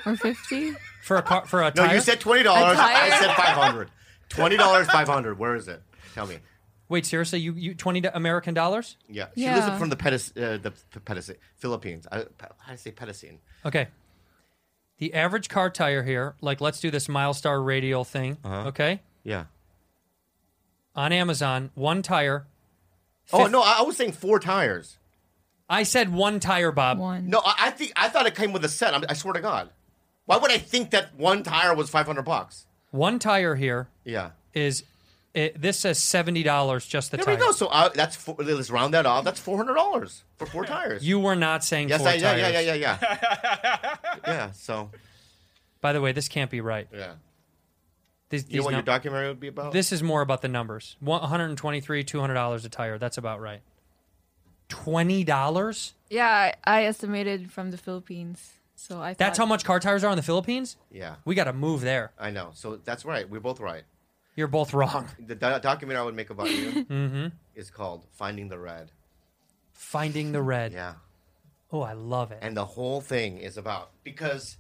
G: or 50?
A: For a car for a
B: No,
A: tire?
B: you said twenty dollars.
G: A tire?
B: I said five hundred. Twenty dollars, five hundred. Where is it? Tell me.
A: Wait, seriously, you you 20 do- American dollars?
B: Yeah, she lives
A: Yeah.
B: from the Pedis, uh, the P- Pedis, Philippines. I, how do I say Pedicine?
A: Okay. The average car tire here, like let's do this Milestar radial thing,
B: Uh-huh.
A: okay?
B: Yeah.
A: On Amazon, one tire.
B: Oh
A: fif-
B: no, I, I was saying four tires.
A: I said one tire, Bob.
B: No, I, I think I thought it came with a set. I'm, I swear to God, why would I think that one tire was five hundred bucks?
A: One tire here
B: Yeah.
A: is it, this says seventy dollars just the
B: There
A: tire.
B: we go. So uh, that's four, let's round that off. That's four hundred dollars for four tires.
A: You were not saying
B: yes,
A: four
B: I, yeah,
A: tires.
B: yeah, yeah, yeah, yeah. yeah. So
A: By the way, this can't be right.
B: Yeah.
A: These,
B: you know
A: these
B: what
A: num-
B: your documentary would be about?
A: This is more about the numbers. One hundred and twenty-three, two hundred dollars a tire. That's about right. Twenty dollars.
G: Yeah, I, I estimated from the Philippines. So I
A: That's how
G: thought-
A: much car tires are in the Philippines.
B: Yeah.
A: We got to move there.
B: I know. So that's right. We're both right.
A: You're both wrong.
B: The do- documentary I would make about you
A: Mhm.
B: is called "Finding the Red,"
A: Finding the red.
B: Yeah.
A: Oh, I love it.
B: and the whole thing is about because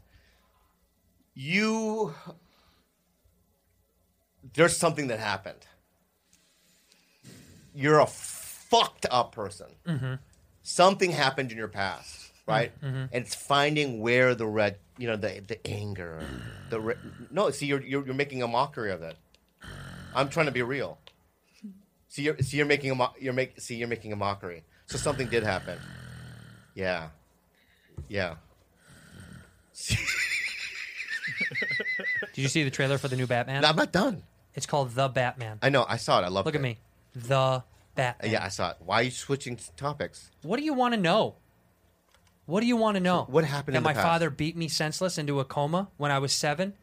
B: you there's something that happened. You're a fucked up person.
A: Mhm.
B: something happened in your past, right?
A: Mhm.
B: And it's finding where the red, you know, the the anger, the re- no. See, you're, you're you're making a mockery of it. I'm trying to be real. See, you're see, you're making a mo- you're make see, you're making a mockery. So something did happen. Yeah, yeah.
A: Did you see the trailer for the new Batman?
B: No, I'm not done.
A: It's called The Batman.
B: I know. I saw it. I love.
A: Look
B: it.
A: at me. The Batman.
B: Yeah, I saw it. Why are you switching topics?
A: What do you want to know? What do you want to know?
B: What happened
A: That
B: in the
A: my
B: past?
A: father beat me senseless into a coma when I was seven.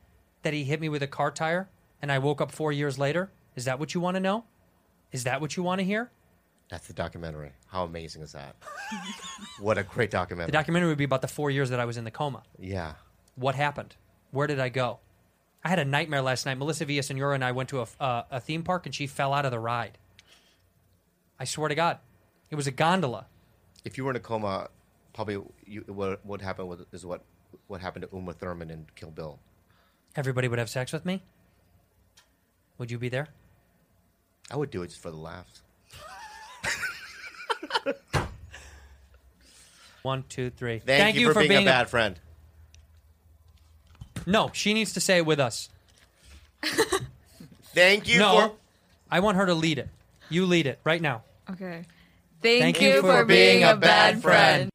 A: That he hit me with a car tire, and I woke up four years later. Is that what you want to know? Is that what you want to hear?
B: That's the documentary. How amazing is that? what a great documentary.
A: The documentary would be about the four years that I was in the coma.
B: yeah.
A: What happened? Where did I go? I had a nightmare last night. Melissa Villasenora and I went to a, uh, a theme park, and she fell out of the ride. I swear to God, it was a gondola.
B: If you were in a coma, probably you, what what happened with, is what what happened to Uma Thurman in Kill Bill.
A: Everybody would have sex with me. Would you be there?
B: I would do it just for the laughs.
A: One, two, three.
B: Thank, you, for, being, a bad friend.
A: No, she needs to say it with us.
B: Thank you
A: No,
B: for-
A: I want her to lead it. You lead it right now.
G: Okay.
A: Thank you for being a bad friend.